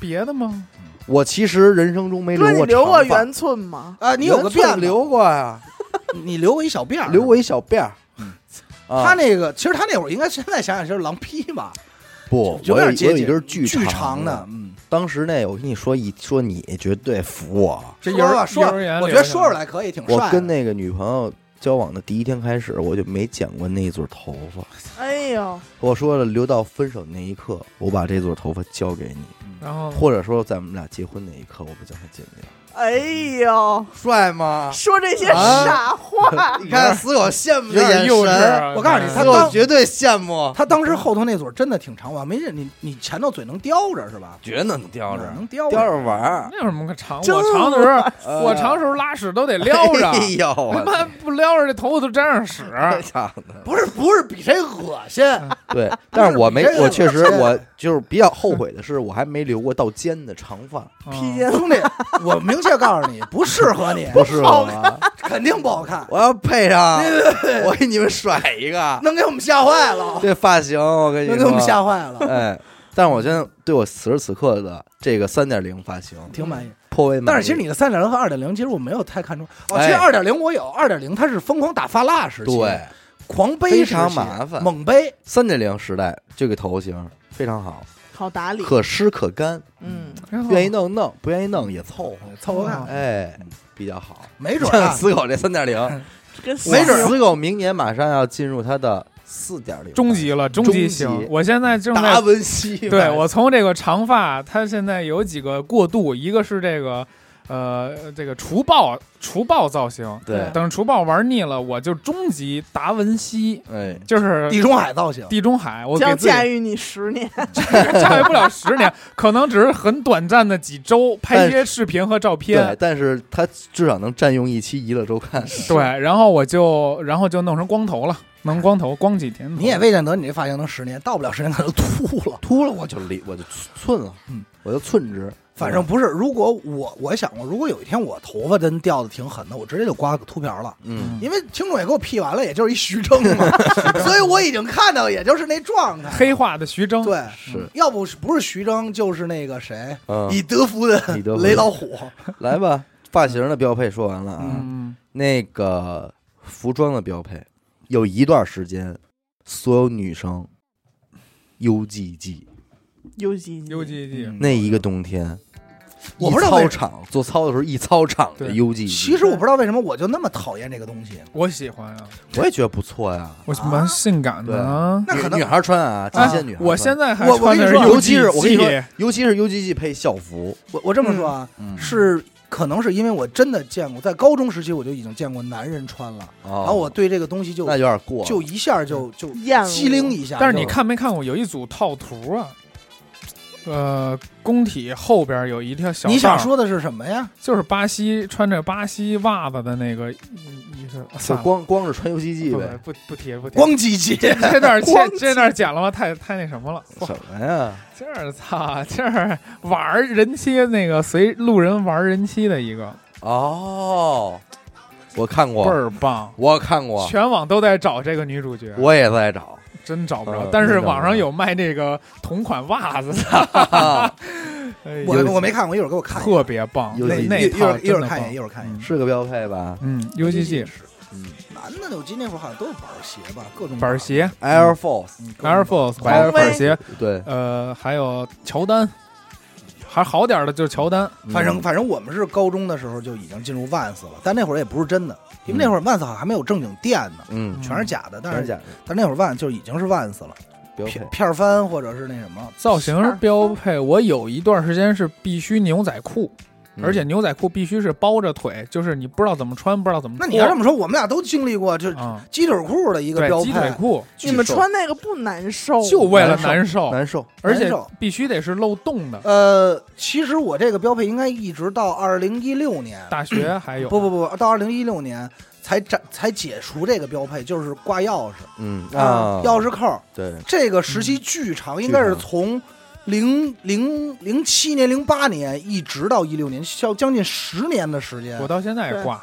别的吗？
我其实人生中没
哥，你
过
留
留
过圆寸吗？
啊，你有个辫儿
留，过呀，
你留过一小辫儿，
留过一小辫儿。啊
他那个，其实他那会儿应该现在想想就是狼披吧，
不，我
有
有我有
点
一
接近，
根
巨
巨
长
的。
嗯，
当时那我跟你说一说，你绝对服我。
这
这
说
幼儿
吧，说
幼儿
吧，
园
我觉
留
得
下
说出来可以，挺帅啊
我
的。
跟那个女朋友交往的第一天开始，我就没剪过那一撮头发。
哎呦，
我说了，留到分手那一刻，我把这撮头发交给你，
然后
或者说在我们俩结婚那一刻，我不将它剪掉。
哎呦，
帅吗？
说这些傻
啊
话，
你看，死狗羡慕
有点幼稚啊。
我告诉你
死
他
狗
当
绝对羡慕，
他当时后头那嘴儿真的挺长，我还没认你，你前头嘴能叼着是吧？
绝能叼
能 叼
叼着玩 儿。
那有什么可长？
真
我长的时
呃
候，我长的时候拉屎都得撩着
哎，呦，
他
我
妈不撩着这头发都沾上屎。
操的！
不是不是比谁恶心，
嗯 对，但是我没
不是，
我确实
你这，
我就是比较后悔的是，我还没留过到肩的长发，
披
嗯
肩
兄弟，我明确告诉你，不适合你，
不适合我。
肯定不好看，
我要配 上，我给你们甩一 个，
能给我们吓坏了，
这发型，我跟你
能给我们
说，
吓 坏了，
哎。但是我现在对我此时此刻的这个三点零发型
挺满意。
颇为满意，
但是其实你的三点零和二点零，其实我没有太看出。哦，其实
哎
二点零我有，二点零它是疯狂打发蜡时期，
对，
狂背
非
时
常
期
麻烦
猛背。
三点零时代这个头型非常好，
好打
嗯
理，
可湿可干，
嗯，
愿意弄弄，不愿意弄也凑合，
凑合看，
哎，比较好。
没准儿
像
啊，
死狗这三点零，
跟
没准儿
死狗明年马上要进入它的四点零
终极了，终
极
极型。我现在正
达
在
文西，
对我从这个长发，它现在有几个过渡，一个是这个呃这个除暴除暴造型，
对，
等除暴玩腻了，我就终极达文西，
哎，
就是
地中海造型，
地中海，我给
将
自己
驾驭你十年。
驾驭不了十年，可能只是很短暂的几周，拍
但
一些视频和照
对
片，。
但是它至少能占用一期《娱乐周刊》，
对，然后我就然后就弄成光头了，能光头光几天头。
你也未见得你这发型能十年，到不了十年可能秃了。
秃了我就离我就寸了，
嗯，
我就寸直，
反正不是，如果我我想过，如果有一天我头发真掉的挺狠的，我直接就刮个秃瓢了。
嗯，
因为听众也给我 P 完了，也就是一徐峥嘛，所以我已经看到，也就是那状态。
黑化的徐峥，
对，
是，
要不是不是徐峥，就是那个谁，
嗯，
以德服人
以德，服人
雷老虎。
来吧，发型的标配说完了啊，
嗯，
那个服装的标配，有一段时间，所有女生 U G G。
U G
优 G G，
嗯那一个冬天，
我
一
不知道为
操场做操的时候一操场的
对
U G，
其实我不知道为什么我就那么讨厌这个东西。
我喜欢啊，
我也觉得不错呀。
我蛮性感的啊。
那
女
可能
女孩穿啊，极
啊
限女孩穿。
我现在还
我我
穿的
跟你说
尤其是我跟你
UGG
说，尤其是 U G G 配校服，
我我这么说啊，
嗯，
是可能是因为我真的见过，在高中时期我就已经见过男人穿了，然
然
后我对这个东西就
嗯哦那有嗯点过了，
就一下就就
厌恶
机灵一下。
但是你
就
看没看过有一组套图啊？呃，工体后边有一条小道儿，
你想说的是什么呀？
就是巴西穿着巴西袜子的那个一一个，
就
算了
光光是穿 U G G 呗，
啊不不不提不提，
光机器，
这段
光
这这段剪了吗？太太那什么了， 哇
什么呀？
这儿操，这儿玩儿人妻那个随路人玩儿人妻的一个
哦，我看
倍
过，
儿棒，
我看过，
全网都在找这个女主角，
我也在找，
真找不
呃
着，但是
真找不
网上
着
有卖这个同款袜 子的，哎呦
我我没看过，一会儿给我看一眼。
特别棒，
有
那
几
那
一一会
套
儿一会
真
儿
的
看
棒
一眼，一。会儿看一眼。
是个标配吧
嗯，UGG
嗯
男的，我记得那会儿好像都是板儿鞋吧，各种
板
儿，
鞋
？Air Force，
嗯各种
，Air Force
白
白
人
板鞋，
对，
呃，还有乔丹，还好点儿的就是乔丹，
反正
嗯
反正我们是高中的时候就已经进入 Vans 了，但那会儿也不是真的，因为那会儿 Vans 好像还没有正经店呢，
嗯，
全是假的。但
全是
是
假的
但那会儿 Vans 就已经是 Vans 了，
标配
片。片儿翻或者是那什么，
造型标配。我有一段时间是必须牛仔裤，
嗯
而且牛仔裤必须是包着腿，就是你不知道怎么穿，不知道怎么
那
脱。
你要这么说，我们俩都经历过，就
啊，
鸡腿裤的一个标
对，
配
鸡，
哦
腿裤
你们穿那个不难受啊吗？
就为了
难
难受，
难受，
而且
难受
必须得是漏洞的。
呃，其实我这个标配应该一直到二零一六年，
大学还有
不不不，到二零一六年才展才解除这个标配，就是挂钥匙
嗯
啊钥匙扣
对，
这个时期巨长，应该是从零零零七年、零八年一直到一六年，将将近十年的时间
我。到现在也挂，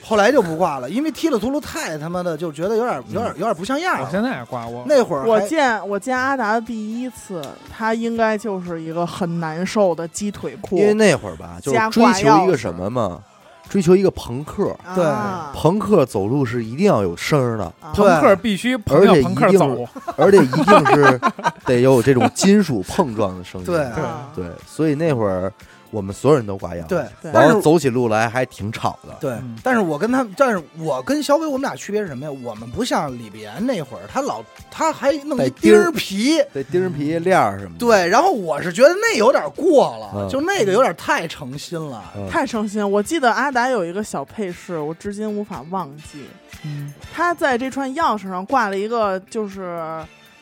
后来就不挂了，因为踢了图噜太他妈的，就觉得有点有点有点不像样
我
了。
现在也挂，我
哎那会儿
我
还
见我见阿达的第一次，他应该就是一个很难受的鸡腿裤，
因为那会儿吧，就是
加
追
挂
求一
钥
个
匙
什么嘛，追求一个朋克，
对
啊、
朋克走路是一定要有声儿的，
啊
对
朋克必须朋
而且
友
一
朋克
定
走，
而且一定是得有这种金属碰撞的声音。
对
啊
对，所以那会儿我们所有人都挂钥匙，
对，
对
然
但
后
是
走起路来还挺吵的。
对
嗯，
但是我跟他，但是我跟小伟我们俩区别是什么呀？我们不像李别那会儿，他老他还弄一
带
钉
钉儿
儿皮，
对，钉儿皮链儿什么的。
对，然后我是觉得那有点过了，
嗯
就那个有点太诚心了。
嗯，
太伤心了。我记得阿达有一个小配饰，我至今无法忘记。
嗯
他在这串钥匙上挂了一个就是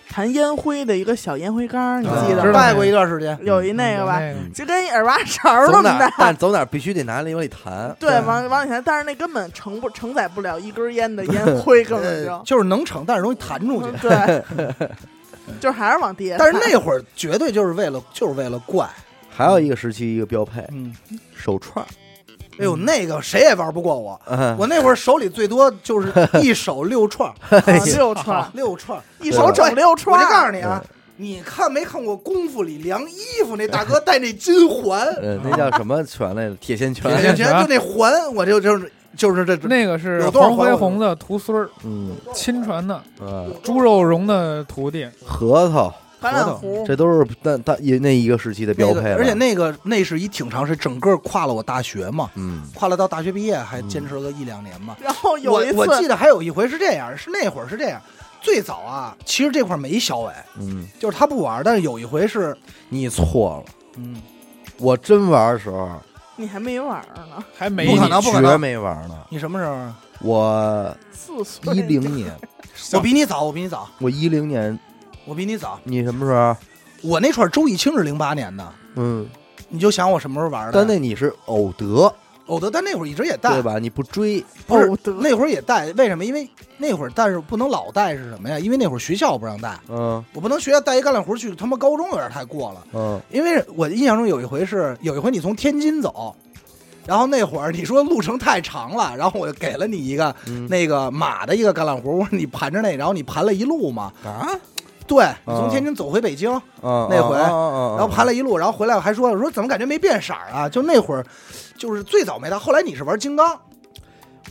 弹烟灰的一个小烟灰缸儿，你
啊
记
嗯
得
知
吗？
道
拜过一段时间，
有一那个吧，
有
嗯
就跟一耳挖勺儿那
走
么
哪儿
大。
但走哪儿必须得拿那往里弹。
对
对，
往往里弹，但是那根本承不承载不了一根烟的烟灰，根本
呃，
就
就是能成，但是容易弹出去。
对，就是还是往地下
但
弹。
是那会儿绝对就是为了，就是为了怪。
还有一个时期一个标配，
嗯，
手串儿。
哎呦，那个谁也玩不过我。
嗯
我那会儿手里最多 就是一手六串儿，
啊六串，
六串儿。
一手整六串
我
儿。
就告诉你啊，你看没看过《功夫》里量衣服那大哥戴那金环，
呃，那叫什么拳来着？铁线拳。
铁拳就那环，我就就是就是这
那个是
嗯有多少
黄
环
飞
我
鸿的徒孙儿，
嗯
亲传的
呃，
朱肉荣的徒弟，
核桃，
橄榄核
这都是那大也那一个时期的标
那
配
个，
了。
而且那个那是一挺长时间，整个跨了我大学嘛，
嗯，
跨了到大学毕业还坚持了个一两年嘛。
然后
我
有一
我记
次，
得还有一回是这样，是那会儿是这样，最早啊，其实这块儿没小伟，
嗯，
就是他不玩，但是有一回是，
你错了。
嗯，
我真玩的时候，啊
你还没玩儿呢，
还没
不可能
你
不
绝
可能
没玩呢。
你什么时候啊？
我
四岁
一零年，
我比你早，我比你早，
我一零年，
我比你早，
你什么时候？啊
我那串周以清是零八年的，
嗯，
你就想我什么时候玩的？
但那你是偶得
偶得，但那会儿一直也戴
对，吧？你不追，
不是
偶得
那会儿也戴，为什么？因为那会儿但是不能老戴是什么呀？因为那会儿学校不让戴，
嗯
我不能学校带一橄榄核去，他妈高中有点太过了。
嗯，
因为我印象中有一回是有一回你从天津走，然后那会儿你说路程太长了，然后我就给了你一个
嗯
那个马的一个橄榄核，我 说你盘着那，然后你盘了一路嘛。
啊，
对，你从天津走回北京，那
那
回然
然
后盘了一路，然后回来我还说我说怎么感觉没变色儿啊？就那会儿，就是最早没戴，后来你是玩金刚，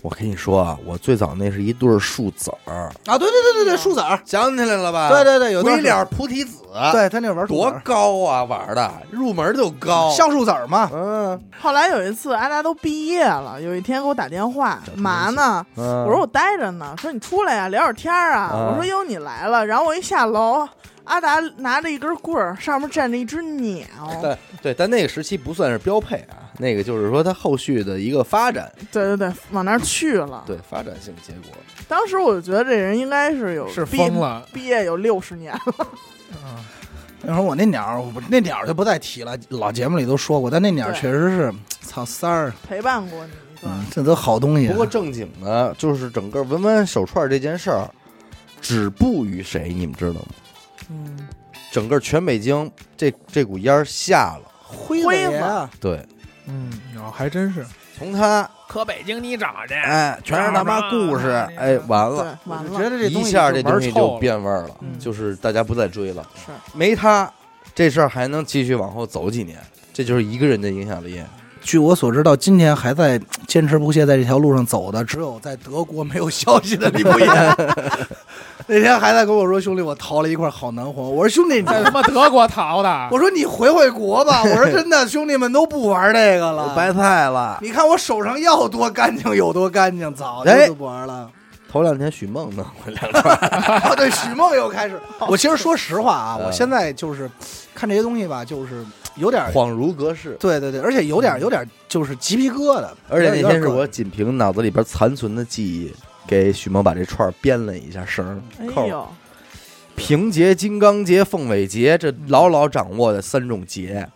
我跟你说啊，我最早那是一对儿树籽儿，
啊，对对对对对，树籽儿，
想起来了吧
对对对，有
威
对
廉儿菩提子，
对他那玩儿树籽
多
儿
高啊，玩儿的入门就高，
橡树籽儿嘛，
嗯
后来有一次，阿达都毕业了，有一天给我打电话，嘛呢？
嗯，
我说我待着呢，说你出来呀、聊会儿天儿啊。
嗯
我说哟，你来了。然后我一下楼，阿达拿着一根棍儿，上面站着一只鸟。
但 对，但那个时期不算是标配啊，那个就是说它后续的一个发展，
对对对，往那儿去了。
对发展性结果。
当时我就觉得这人应该是有
是
毕
疯了，啊
毕业有六十年了。
那会儿我那鸟儿，我那鸟儿就不再提了，老节目里都说过，但那鸟儿
对
确实是，操三儿，
陪伴过你一段。
嗯
这都好东西啊。
不过正经的，就是整个文玩手串这件事儿，止步于谁，你们知道吗？
嗯，
整个全北京这这股烟儿下了，
灰
灰
子爷啊，
对，
嗯，哦还真是。
从他
可北京你找去，
哎，全是他妈故事，
啊
哎，完
对
了。，
完
我就觉
了，
得这
一
东西
下
就
这
玩
东西
臭
就
了
变味儿了，
嗯
就是大家不再追了。
是
没他，这事儿还能继续往后走几年，这就是一个人的影响 力。
据我所知道，今天还在坚持不懈在这条路上走的，只有在德国没有消息的李 不言。那天还在跟我说：“兄弟，我逃了一块好南黄。”我说：“兄弟，你
在他妈德国淘 的。
我说你回回国吧。”我说：“真的，兄弟们都不玩这个了。
菜了。
你看我手上要多干净有多干净，早
哎
就不玩了。
头两天许梦呢，我两
哦，对，许梦又开始。我其实说实话啊，
嗯
我现在就是看这些东西吧，就是有点儿，
恍如隔世。
对对对，而且有点儿有点儿就是鸡皮疙瘩。
而且那
有点
天
儿
是
有点
我
儿
仅凭脑子里边残存的记忆，给许梦把这串儿编了一下绳儿
哎
扣儿。
呦，
平节、金刚节、凤尾节，这牢牢掌握的三种 节，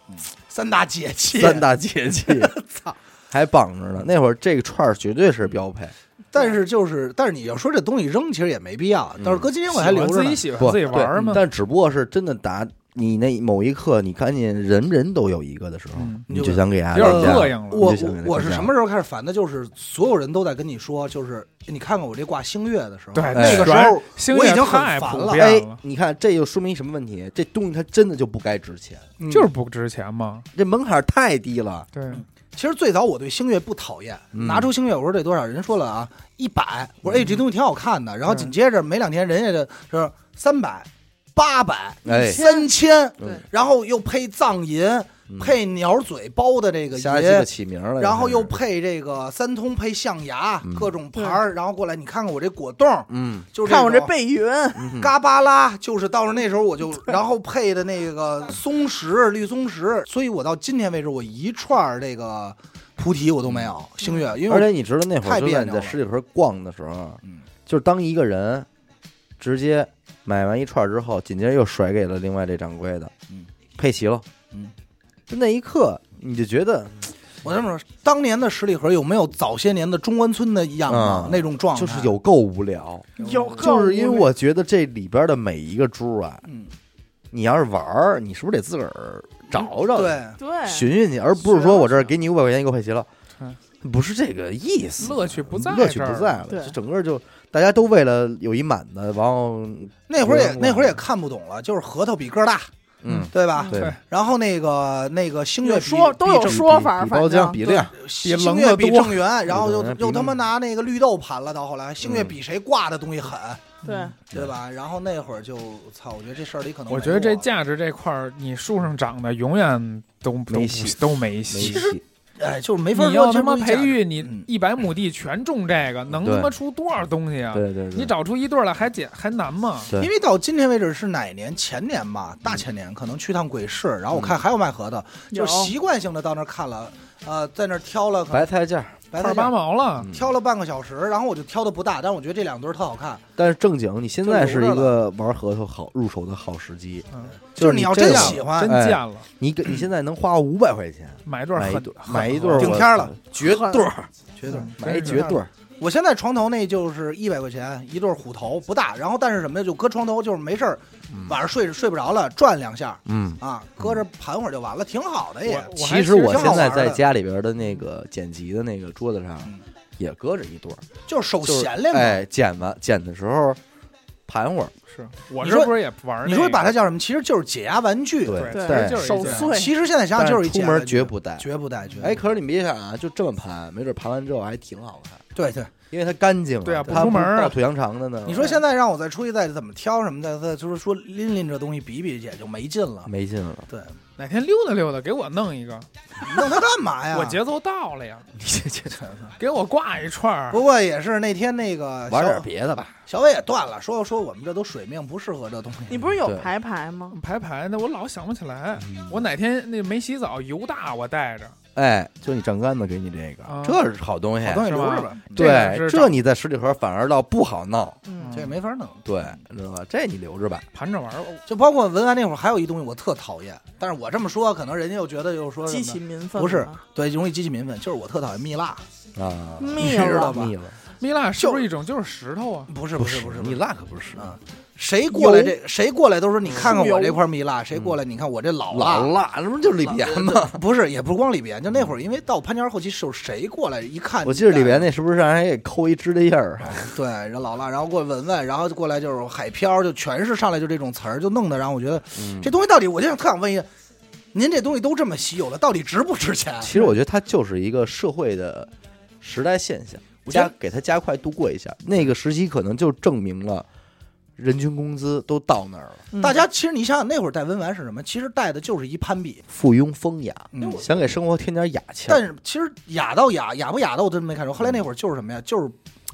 三大节气，
三大节 气，
操！
还绑着呢。那会儿这个串儿绝对是标配。
但是就是，但是你要说这东西扔，其实也没必要。但是搁今天我还留着
自
呢
己。喜欢
不
自己玩儿
对
嘛。
但只不过是真的打你那某一刻，你看见人人都有一个的时候，
嗯
你就想给
有
大家
点
扔
膈
家。
应了。
我
你就想给它
我
干
是
掉
什么时候开始烦的？就是所有人都在跟你说，就是你看看我这挂星月的时候，
对，
那个时
全
候
星
我已
月
经很
太
烦
普
了
哎
遍了，，
你看，这又说明什么问题？这东西它真的就不该值钱，
嗯
就是不值钱嗯嘛。
这门槛儿太低了。
对，
其实最早我对星月不讨厌，
嗯
拿出星月我说这多少人说了啊一百，我说哎这东西挺好看的，然后紧接着没两天人家的就是三百、八百、
哎
三千，
对
嗯
然后又配藏银，
嗯
配鸟嘴包的这个
瞎鸡巴
银，
起名儿了，
然后
这是
又配这个三通配象牙
嗯，
各种牌儿，然后过来你看看我这果冻，
嗯，
就是
看我这
种
背云，
嗯
嘎巴拉，就是到了那时候我就，然后配的那个松石绿松石，所以我到今天为止，我一串儿这个菩提我都没有
嗯
星月，因
而
为
且
我
你知道那会儿
太
就
别
在
扭
你在
了
十里屯逛的时候，啊
嗯
就是当一个人直接买完一串之后，紧接着又甩给了另外这掌柜的，
嗯
配齐了，
嗯，
就那一刻你就觉得
我这么说，当年的十里河有没有早些年的中关村的样子
嗯
那种状态？
就是，有够无聊，
有够
嗯就是因
无
为
聊
我觉得这里边的每一个珠啊，
嗯，
你要是玩儿，你是不是得自个儿找找？。
嗯对，啊
对
寻寻去，而不是说我这儿给你五百块钱，你给我配齐了，
嗯
不是这个意思。
乐趣不在，
嗯乐趣不在。了，
对
就整个就大家都为了有一满的，然后
那会儿也
嗯
那会儿也看不懂了，就是核桃比个儿大，
嗯，
对吧？
对
对，
然后那个那个星月
有
比
说都有
比正
说法，
比
反
包
正
浆比量，
星
棱
月
子
比
多
正源，然后
对
又
对比
又
棱
他妈拿那个绿豆盘了，到后来
嗯
星月比谁挂的东西狠，
对
对吧？然后那会儿就操，我觉得这事儿里可能
我觉得这
价，
价值这块儿，你树上长的永远都都
没戏
都没
没
戏。
戏。
哎，就是没法
你
说
要
这
他妈
东西价
培
值
育你
嗯
一百亩地全种这个，能
对
他妈出多少东西啊？
对对对，
你找出一对儿来还简还难吗？
对
因为到今天为止是哪年？前年吧，
嗯
大前年可能去趟鬼市，然后我看还有卖核桃，
有
就是习惯性的到那儿看了，呃，在那儿挑了可能
白菜价，
白
二
菜
八
酱，
毛了，
嗯
挑了半个小时，然后我就挑的不大，但是我觉得这两对儿特好看。
但是正经，你现在是一个玩核桃好入手的好时机，
嗯，
就是
你
你
要
真
真
要
喜欢
真，贱了，
你给你现在能花五百块钱
买一对儿
买一
很
对
很
买一对儿
好
顶天儿了，
绝对儿
绝
嗯
对。
买一绝对儿，
我现在床头那就是一百块钱一对虎头，不大，然后但是什么呀，就搁床头，就是没事儿，晚上睡睡不着了，转两下
嗯。
啊，搁这盘会儿就完了，挺好的也
我。我还
其实我现
挺好
在
玩的
在家里边的那个剪辑的那个桌子上
嗯，
也搁着一对儿，
就是手
就是
闲来嘛。
哎，剪完剪的时候盘会儿，
是我
你
这
说
不是也玩儿那个？
你说把它叫什么？其实就是解压玩具。
对
哎对，
对，
但
就是
手
一件
碎，
其实现在想想就是一
出
解压
门
玩具
绝不带。哎
绝不带，绝不带
哎，可是你别想啊，就这么盘，没准盘完之后还挺好看。
对对，
因为它干净啊，
对啊不
它
出门儿啊
抱土羊肠的呢。
你说现在让我再出去再怎么挑什么的，再就是说拎拎这东西比一比也就没劲了。
没劲了，
对，
哪天溜达溜达，给我弄一个，
你弄它干 嘛哎呀？
我节奏到了呀，
这
给我挂一串儿
不。过也是那天那个
玩点
小
别的吧。
小伟也断了，说说我们这都水命不适合这东西。
你不是有
对
排排吗？
排排的，我老想不起来。
嗯
我哪天那没洗澡，油大我带着。
哎，就你账杆子给你这个
啊，
这是好东西
好。东西
是
留
吧
着吧，
这个
对，
是
这你在十里河反而倒不好闹，
嗯
这也没法弄。
对，知道吧？这你留着吧。
盘着玩儿，
就包括文玩那会儿，还有一东西我特讨厌，但是我这么说，可能人家又觉得又说什
激
么
起民愤
不是
了
对，容易激起民愤，就是我特讨厌蜜蜡，
啊，
密
知道
了，
吧
腻了，
蜜蜡是不是一种就是石头啊？
不是
不
是不是
蜜蜡可不是
啊，谁过来
油
这谁过来都说你看看
是油
我这块蜜蜡，谁过来你看我这老
老
蜡，
辣，那不就是李岩吗？
不是也不光里边，就那会儿因为到潘家园后期是有谁过来一看，
我记得里边那是不是让人给抠一指甲印儿？啊
对，然后老蜡，然后过来闻闻，然后就过来就是海漂，就全是上来就这种词儿，就弄得让我觉得
嗯
这东西到底，我就想特想问一下，您这东西都这么稀有了，到底值不值钱？
其实我觉得它就是一个社会的时代现象，
我觉
加
得
给它加快度过一下。那个时期可能就证明了人均工资都到那儿了，
嗯
大家其实你想想那会儿带文玩是什么？其实带的就是一攀比，
附庸风雅，
嗯，
想给生活添点雅气儿。
但是其实雅到雅，雅不雅的我真没看出。后来那会儿就是什么呀？就是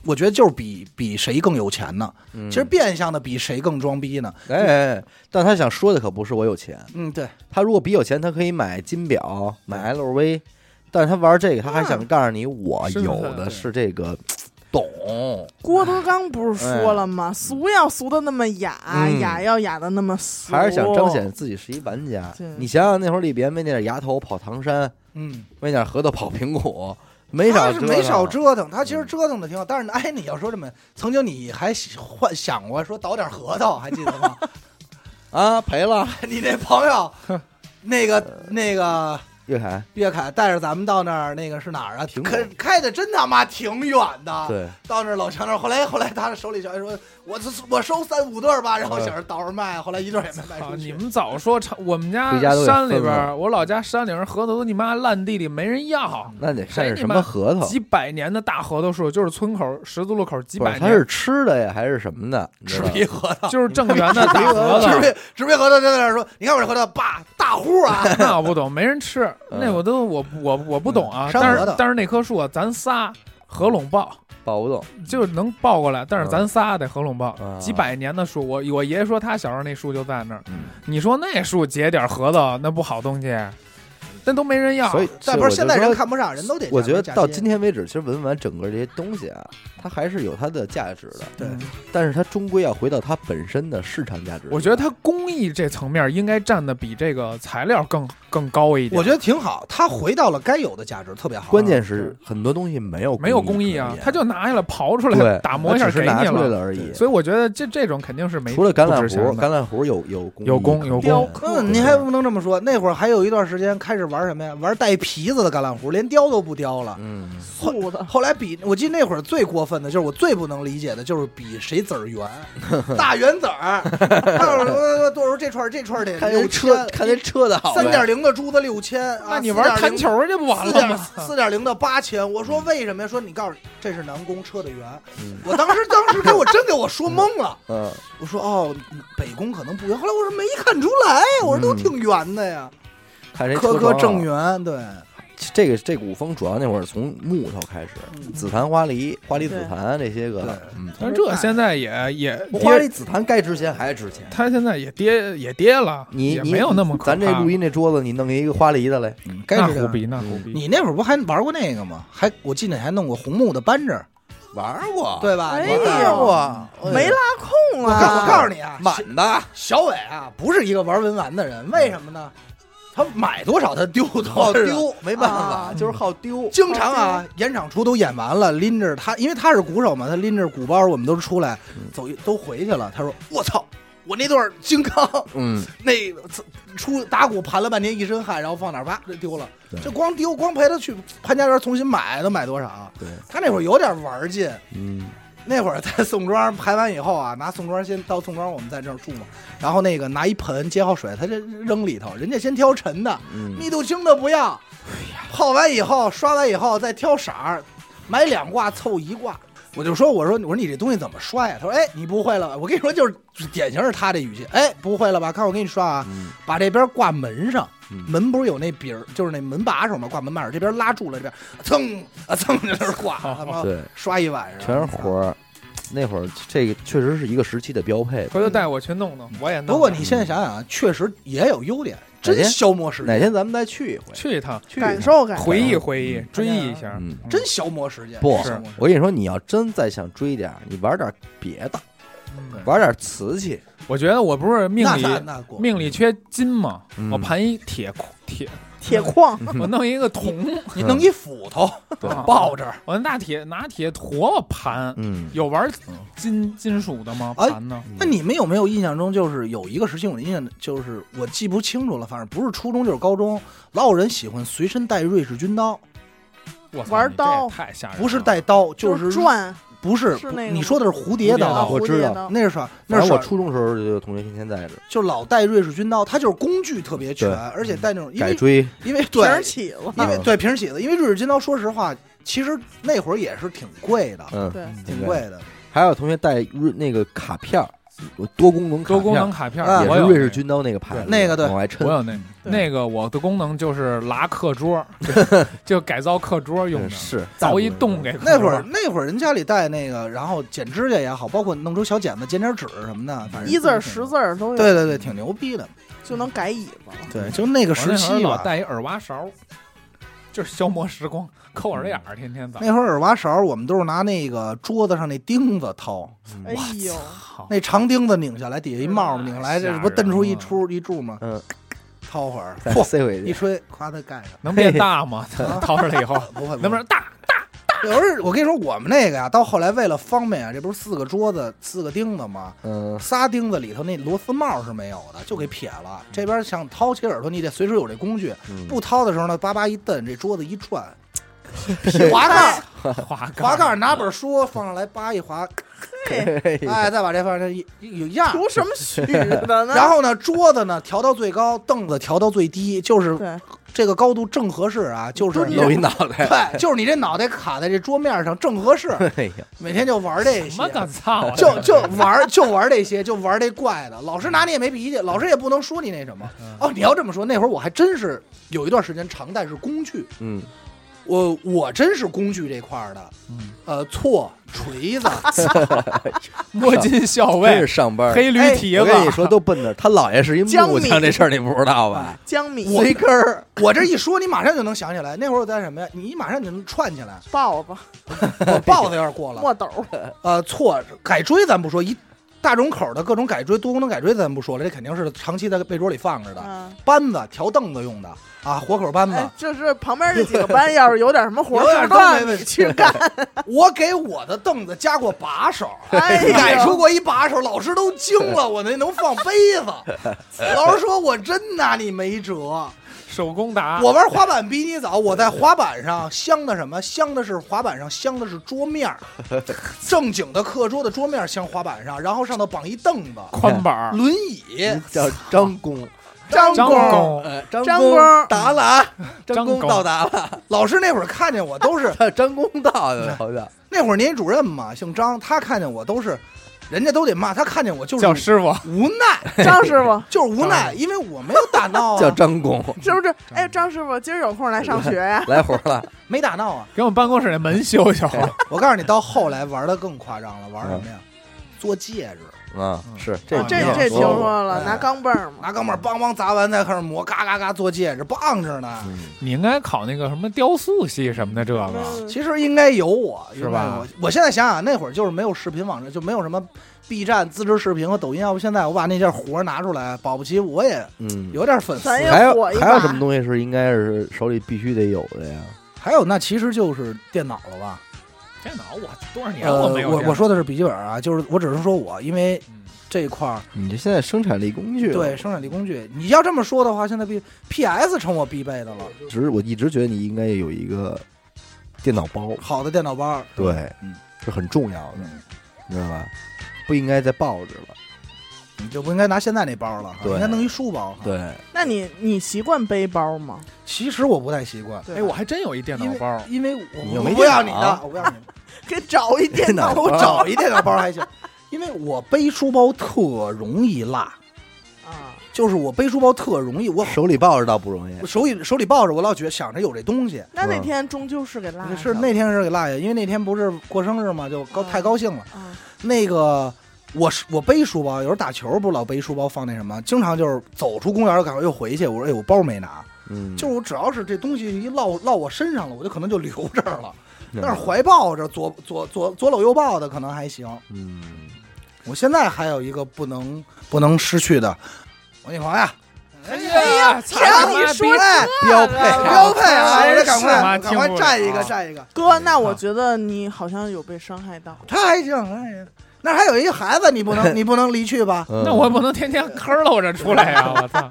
我觉得就是比比谁更有钱呢。
嗯
其实变相的比谁更装逼呢。
哎哎，哎但他想说的可不是我有钱，
嗯，对，
他如果比有钱，他可以买金表、买 LV，但是他玩这个，他还想告诉你，我
身份
有的是这个懂。
郭德纲不是说了吗？俗要俗的那么雅，
嗯
雅要雅的那么俗，
还是想彰显自己是一玩家
对。
你想想那会儿李别为那点牙头跑唐山，
嗯，
为那点核桃跑苹果，没少
啊
他是没少
折腾。啊嗯
折腾，他其实折腾的挺好。但是哎，你要说这么，曾经你还喜幻想过说倒点核桃，还记得 吗？
啊，赔了。
你那朋友，那个那个
岳凯，
岳凯带着咱们到那儿，那个是哪儿啊？
苹果
开开的真他妈挺远
啊
的。。
对，
到那儿老强那儿，后来后来他手里小孩说，我我收三五对儿吧，然后想着倒着卖，后来一对儿也没卖
啊！
出
你
去。
们早说，我们家
回家都得
山里
分
边儿，
了
我老家山里边儿核桃都你妈烂地里没人要，
那得看是
谁
什
你妈
么核桃。
几百年的大核桃树，就是村口十字路口几
嗯不
百
是，它
年
是，吃的呀，还是什么的？你知
纸
道吗
皮核桃，
就是正圆的大核
纸
桃。
皮纸皮核桃就在那儿说，你看我这核桃，爸大户啊，
那我不懂，没人吃，
嗯
那我都我我我不懂啊。
山
但
核
是
桃
但是那棵树啊，咱仨合拢抱，
抱不动。
就是能抱过来，但是
嗯
咱仨得合拢抱。
啊
几百年的树，我我爷爷说他小时候那树就在那儿。
嗯
你说那树结点核桃，那不好东西，那都没人要。
所以，
但不是现在人
看。
看不上，人都得。
我觉得到今，天为止，其实文玩整个这些东西啊，它还是有它的价值的，
对
嗯
但是它终归要回到它本身的市场价值。
我觉得它工艺这层面应该占的比这个材料更更高一点。
我觉得挺好，他回到了该有的价值，特别好。
关键是很多东西没有
啊没有工艺啊
可，言
它就拿下来刨出来
对
打磨一下
它只
给
是
你
拿出来了而已。
所以我觉得这这种肯定是没
除了橄
不
榄
值
核
钱，的
橄榄核有有工艺
有工有
雕
工。
刻
嗯，您还不能这么说。那会儿还有一段时间开始玩什么呀？玩带皮子的橄榄核，连雕都不雕了。
嗯，
素的，
后来比，我记得那会儿最过分的就是我最不能理解的就是比谁籽儿 圆，大圆籽儿。他有说多少这串儿这串儿得
看
六
这车，
千，
看这车的好呗，
三点零的珠子六千，啊
那你玩弹球去不完
四
了
点
吗？
四点零的八千。我说为什么呀？说你告诉你这是南宫车的圆
嗯。
我当时当时给我 真给我说懵了，
嗯，
我说哦，北宫可能不圆。后来我说没看出来呀，我说
嗯
都挺圆的呀，
看这
颗
车
颗
窗啊
正。圆。对，
这个这古风主要那会儿从木头开始，
嗯
紫檀、花梨、花梨、紫檀这些
对
个，嗯，
但是
哎
这现在也也
花
跌
梨、，紫檀该值钱还值钱。
它现在也跌也跌了，
你
也
你
没有那么可怕。
咱这录音这桌子，你弄一个花梨的来，
该嗯
那
是这
虎
样。
逼那虎逼，
你那会儿不还玩过那个吗？还我记得你还弄过红木的扳指，
玩过，
对吧？
哎
你
呦
干过
过，
没拉空
啊我告我告诉
啊！
你啊，
满的，
小伟啊，不是一个玩文玩的人，为什么呢？他买多少他哦丢多
好
少，
丢，没办
啊
法，就是好丢。
经常啊，演场出都演完了，拎着他，因为他是鼓手嘛，他拎着鼓包，我们都出来走一，都回去了。他说：“我操，我那段金刚
嗯，
那出打鼓盘了半天，一身汗，然后放哪儿啪就丢了
对。
这光丢，光陪他去潘家园重新买，能买多少？啊
对，
他那会儿有点玩劲。
嗯，
那会儿在宋庄排完以后啊，拿宋庄先到宋庄，我们在这儿住嘛，然后那个拿一盆接好水，他这扔里头，人家先挑沉的，
嗯哎
密度轻的不要，泡完以后刷完以后再挑色儿，买两挂凑一挂。我就说，我说，我说你这东西怎么刷呀？他说，哎，你不会了吧？我跟你说，就是典型是他这语气，哎，不会了吧？看我给你刷啊，
嗯
把这边挂门上，
嗯
门不是有那柄儿，就是那门把手嘛，挂门把手，这边拉住了，这边蹭啊蹭就在那儿挂，他妈
对，
刷一晚上，
全是活儿。那会儿这个确实是一个时期的标配。
回头带我去弄弄，我也弄。
不过你现在想想啊，确实也有优点，真消磨时
哪
间，
天咱们再去一回，
去一趟，
去一趟
感受感受。
回忆回忆
嗯，
追忆一下。
嗯，
真消磨时间。
不
真消磨时间
我跟你说，你要真再想追点儿，你玩点儿别的，
嗯
玩点儿瓷器。
我觉得我不是命
那那
里
那过
命里缺金嘛
嗯，
我盘一铁矿铁，
铁矿，
我弄一个铜，啊
你弄一斧头
对
抱这儿，
我拿铁拿铁坨我盘。
嗯，
有玩金金属的吗？
哎
盘呢？
那你们有没有印象中，就是有一个时期，我的印象就是我记不清楚了，反正不是初中就是高中，老有人喜欢随身带瑞士军刀，
我操
玩
你这
刀
也太吓人了，
不是带刀，哎就是是
转
不是
是那个
你说的是蝴蝶
蝴
啊
刀
蝶，我知道
道
那是啥？
反
那
正
是
我
啥
初中时候就有同学天天带着
就老带瑞士军刀，它就是工具特别全
对，
而且带那种因
改
为
锥，
因为对
全是起了。
因为
嗯
对平时起子，因为瑞士军刀，说实话，其实那会儿也是挺贵的，
嗯，
对，
挺贵的。
还有同学带瑞那个卡片儿，有多功能卡片
多
儿
功能卡片儿
啊，
也
我
是
有
瑞士
那个
军刀那个牌子，
那个对
往外
我
抻，
有那个
对
那个，我的功能就是拉课桌， 就 改造课桌用
嗯
的，
是
凿一洞给课桌
那会儿那会儿人家里带那个，然后剪指甲也好，包括弄出小剪子剪点纸什么的，反正
一字儿、
挺
十，字儿都有，
对对对，挺牛逼的。
嗯
就能改尾巴。
对，就那个
我
时
那会儿
期
老
吧，
带一耳挖勺，就是消磨时光，抠耳朵眼儿，天天早。
那会儿耳挖勺，我们都是拿那个桌子上那钉子掏，
哎
嗯
呦，
好，
那长钉子拧下来，底下一帽拧下来，这不蹬出一出一柱吗？
啊嗯，
掏 会儿，
再
嚯，
塞回
一
去，
吹，夸它盖上。
能变大吗？ 掏出来以 后，
不会，
能不能大？
有时候我跟你说，我们那个呀，到后来为了方便啊，这不是四个桌子四个钉子吗？
嗯，
仨钉子里头那螺丝帽是没有的，就给撇了。这边想掏起耳朵，你得随时有这工具。
嗯
不掏的时候呢，叭叭一蹬，这桌子一转，滑盖儿
滑盖，
滑盖儿，拿本书放上来，叭一滑，
嘿，
啊
哎，再把这放上一有样儿。
图什么许的呢？
然后呢，桌子呢调到最高，凳子调到最低，就是
对，
这个高度正合适啊，就是
蹲着
露一脑 袋，
对，就是你这脑袋卡在这桌面上正 合适，
哎呀，
每天就玩这
什么
些。
敢操？
就就玩就玩这些，就玩这怪的。老师拿你也没脾气，老师也不能说你那什么。
嗯
哦，你要这么说，那会儿我还真是有一段时间常带是工具，
嗯，
我我真是工具这块儿的，
嗯
呃，锉、锤子，
摸金校
真是
尉，
上班儿。
黑驴
哎
蹄
我
子，
跟你说，都奔那儿他姥爷是一木匠，
江米
这事儿你不知道吧？
江 米、
随根儿，
我这一说你马上就能想起来。那会儿我在什么呀？你马上就能串 起来。
豹子、
我豹子有点过了，
墨 斗，
呃，锉、改锥咱不说，一大种口的各种改锥、多功能改锥咱不说了，这肯定是长期在被桌里放着的。
嗯，
扳子、调凳子用的啊，活口扳子。
哎，就是旁边这几个班要是有点什么活
有点
儿，
都
都让
没问
你去干。
我给我的凳子加过把手，
哎呦
改出过一把手，老师都惊了，我那能放杯子。老师说我真拿你没辙。
手工打，
我玩滑板比你早，我在滑板上镶的什么？镶的是滑板上镶的是桌面儿，正经的课桌的桌面儿镶滑板上，然后上头绑一凳子、
宽板儿，
轮
哎
椅、
叫张 工，
张
张
弓、
弓，
呃，张
张
工
工
达了啊，
张
工
工
到达了，
老师那会儿看见我都是
张工到的，好像
那会儿年级主任嘛，姓张，他看见我都是，人家都得骂，他看见我就
叫
是
师傅，
无奈。
张师傅
就是无奈，因为我没有打
哦
闹
叫
啊，
张工，
是不是？哎，张师傅今儿有空来上学 呀？
来活儿了，
没打闹啊。
给我们办公室那门修 修。
我告诉你，到后来玩的更夸张了，玩什么呀？做戒指，
啊，是这
啊
嗯
这
你也
这听
说过
说了，
哎
拿钢镚儿嘛，
拿钢镚儿梆梆砸完，再开始磨，嘎嘎嘎做戒指，棒着呢。
嗯
你应该考那个什么雕塑系什么的，这个
嗯
其实应该有我，
是吧
应该有我我现在想想，那会儿就是没有视频网站，就没有什么 B 站自制视频和抖音。要不现在我把那件活儿拿出来，保不齐我也
嗯，
有点粉丝。
咱也
还有
火一把
还有什么东西是应该是手里必须得有的呀？
还有，那其实就是电脑了吧？
电脑我多少年
呃，
没有
我
电脑
我说的是笔记本啊，就是我只是说我，因为
嗯
这块儿
你这现在生产力工具，
对，生产力工具，你要这么说的话，现在必 PS 成我必备的了。
只是我一直觉得你应该有一个电脑包，
好的电脑包，
对，
嗯
是很重要的，
嗯
你知道吧？不应该再抱着了，
你就不应该拿现在那包了哈，
对
应该弄一书包哈。
对，
那你你习惯背包吗？
其实我不太习惯，
对
哎，我还真有一电脑包，
因为因为我
你又
我
没
不要你
电脑
的，我不要你的。
给找一电脑
脑
我找一电脑包还行，因为我背书包特容易落，
啊，
就是我背书包特容易，我
手里抱着倒不容易
我，手里手里抱着，我老觉想着有这东西。
那那
嗯
天终究是给拉
是那天是给落下，因为那天不是过生日嘛，就高
啊
太高兴了。
啊
那个我是我背书包，有时候打球不是老背书包放那什么，经常就是走出公园儿赶快又回去，我说哎我包没拿，
嗯，
就是我只要是这东西一落落我身上了，我就可能就留这儿了。
嗯
但是怀抱着左左左左搂右抱的可能还行。
嗯，
我现在还有一个不能不能失去的，王一狂呀，
哎呀，操
谁让
你妈
你说
逼
哎，
标配
标配啊！
真是
我得赶快
妈
赶快
听不了
占一个占一个，
哥，那
啊
我觉得你好像有被伤害到。
他还行，哎呀，那还有一孩子，你不 能你不能离去吧？
嗯
那我不能天天坑搂着出来呀！我操，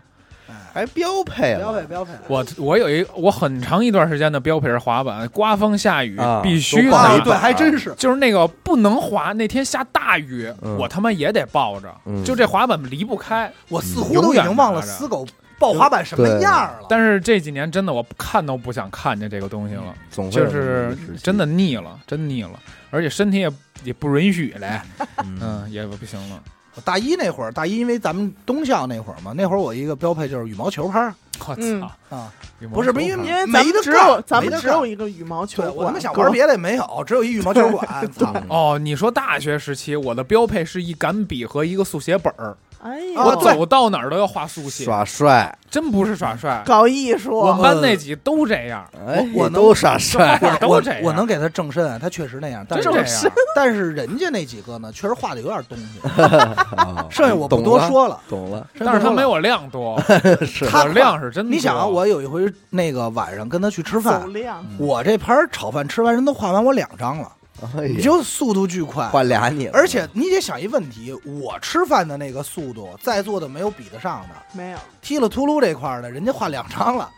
还标配
标
了
配啊标配，
我我有一我很长一段时间的标配是滑板，刮风下雨
啊
必
都
须的
挂
哎
一，
对，还真是。
就是那个不能滑，那天下大雨，
嗯
我他妈也得抱着，
嗯
就这滑板离不开。
我似乎都已经忘了死狗抱滑板什么样了。
但是这几年真的我看都不想看见这个东西了，
总嗯会有
就
那么
是
一个时期
真的，腻了，真腻了，而且身体也也不允许嘞，
嗯
嗯，也不行了。
我大一那会儿，大一因为咱们东校那会儿嘛，那会儿我一个标配就是羽毛球拍儿
我
嗯
操，
啊，
羽毛
不是
球
不是因
拍
因为咱
没
们
得
只
干
有嗯咱
没
们
得
只
干
有一个羽毛球
对，我他
馆，
妈想
哥
玩别的也没有，只有一羽毛球馆。操！
哦，你说大学时期我的标配是一杆笔和一个速写本儿，
哎呦，
啊
我
对
走到哪儿都要画速写，
耍帅，
真不是耍帅。
搞艺术，
我们班那几都这样，
哎，
我能
都耍 帅，
画
哎我
都这样，
我能给他正身，他确实那样，但
真
是
这样。
但是人家那几个呢，确实画的有点东西，
啊
剩下我不
懂
多
了，
说了。
懂了，
剩下
但是他
不多说
没
了，
我量多，
是
他
我量是真多。
你想啊，我有一回那个晚上跟他去吃
走
饭，
量，
嗯
我这盘儿炒饭吃完，人都画完我两张了，
哎
你
呀
就速度巨快。
换俩你了，
而且你得想一问题，我吃饭的那个速度，在座的没有比得上的。
没有，，
踢了秃噜这块儿的，人家画两张了，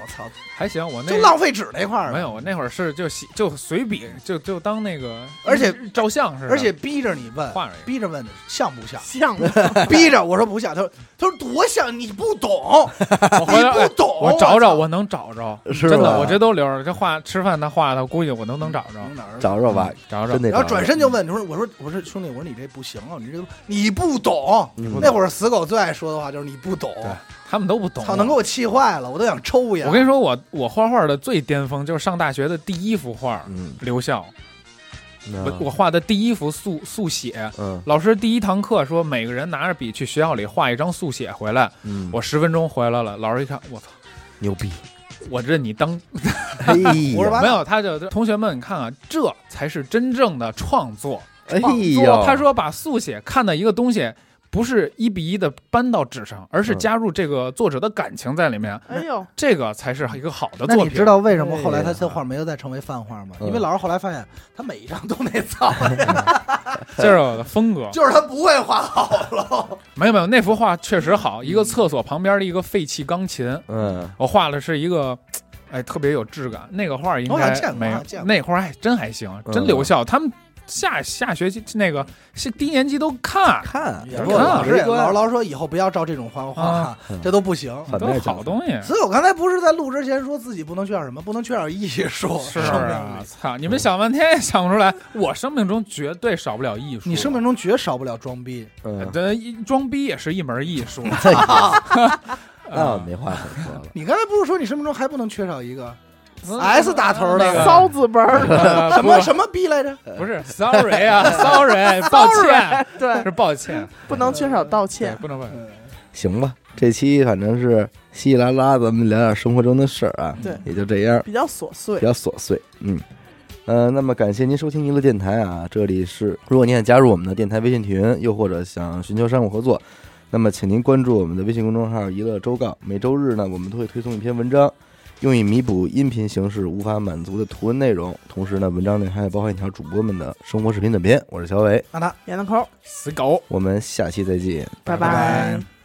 我操，
还行，我嗯那
就浪费纸那块儿
没
了。
有，我那会儿是就洗就随笔，就就当那个，
而且
照相似的，
而且逼着你问，
画上一个。
逼着问像不 像
像吗？
逼着我说不像，他说他说多像，你不懂，
我回来
你不
哎
懂，
我找找，
操
我能找着，
是
真
吧
的，我这都留着。这画吃饭他画的，估计我都能找着，嗯
哪儿
找找吧，
找找
真。得找着。嗯
然后转身就问，你说我说我说兄弟，我说你这不行啊，你这个你不懂。
嗯，
那会儿死狗最爱说的话就是你不懂，
他们都不懂。
操，能给我气坏了，我都想抽烟。
我跟你说，我我画画的最巅峰就是上大学的第一幅画，
嗯，
留校。
那
我我画的第一幅速速写，
嗯
老师第一堂课说每个人拿着笔去学校里画一张速写回来。
嗯，
我十分钟回来了，老师一看，我操，
牛逼，
我认你当
哎呀，
我说完
没有，他就同学们，你看啊，这才是真正的创作。
哎
哦
呦，
他说把速写看的一个东西，不是一比一的搬到纸上，而是
嗯
加入这个作者的感情在里面，
哎呦，
这个才是一个好的
那
作
你
品。
知道为什么后来
哎
他
呀
这画没有再成为泛画吗？
嗯
因为老师后来发现他每一张都 那操，
这是我的风格。
就是他不会画好了。
没有没有，那幅画确实好，一个厕所旁边的一个废弃钢琴，
嗯，
我画的是一个。哎，特别有质感，那个画应
我好像
该
见过
没
我
有
好像见，过
那画还真还行，真
嗯
留校。他们下下学期那个是低年级都看，
看
也
是
说老师也
没关
老老师说以后不要照这种画画
啊，
这都不行。
很
都
耐
是
讲
好东西。
所以我刚才不是在录之前说自己不能缺点什么，不能缺点艺术，
是
生命
啊
力，。
操！你们想半天也想不出来，我生命中绝对少不了艺术。
你生命中绝少不了装逼，
嗯，
的装逼也是一门艺 术。
那我
啊
没话可说了。
你刚才不是说你生命中还不能缺少一个
嗯
S 打头
那个
的
骚字辈儿，
呃
什么什么逼来着？
不不是，sorry 啊 ，sorry，抱歉，
对，
是抱歉，
不能缺少道
对，
歉。
不能问。
行吧，这期反正是稀稀拉拉，咱们聊点生活中的事儿啊，
对
也就这样，
比较琐碎
比，较琐碎，嗯。呃，那么感谢您收听娱乐电台啊，这里是如果您想加入我们的电台微信群，又或者想寻求商务合作，那么请您关注我们的微信公众号“娱乐周告”，每周日呢，我们都会推送一篇文章，用以弥补音频形式无法满足的图文内容。同时呢，文章内还包含一条主播们的生
啊
活视频短片。我是小伟，
让他
闫德抠，
死狗。
我们下期再见。
拜
拜拜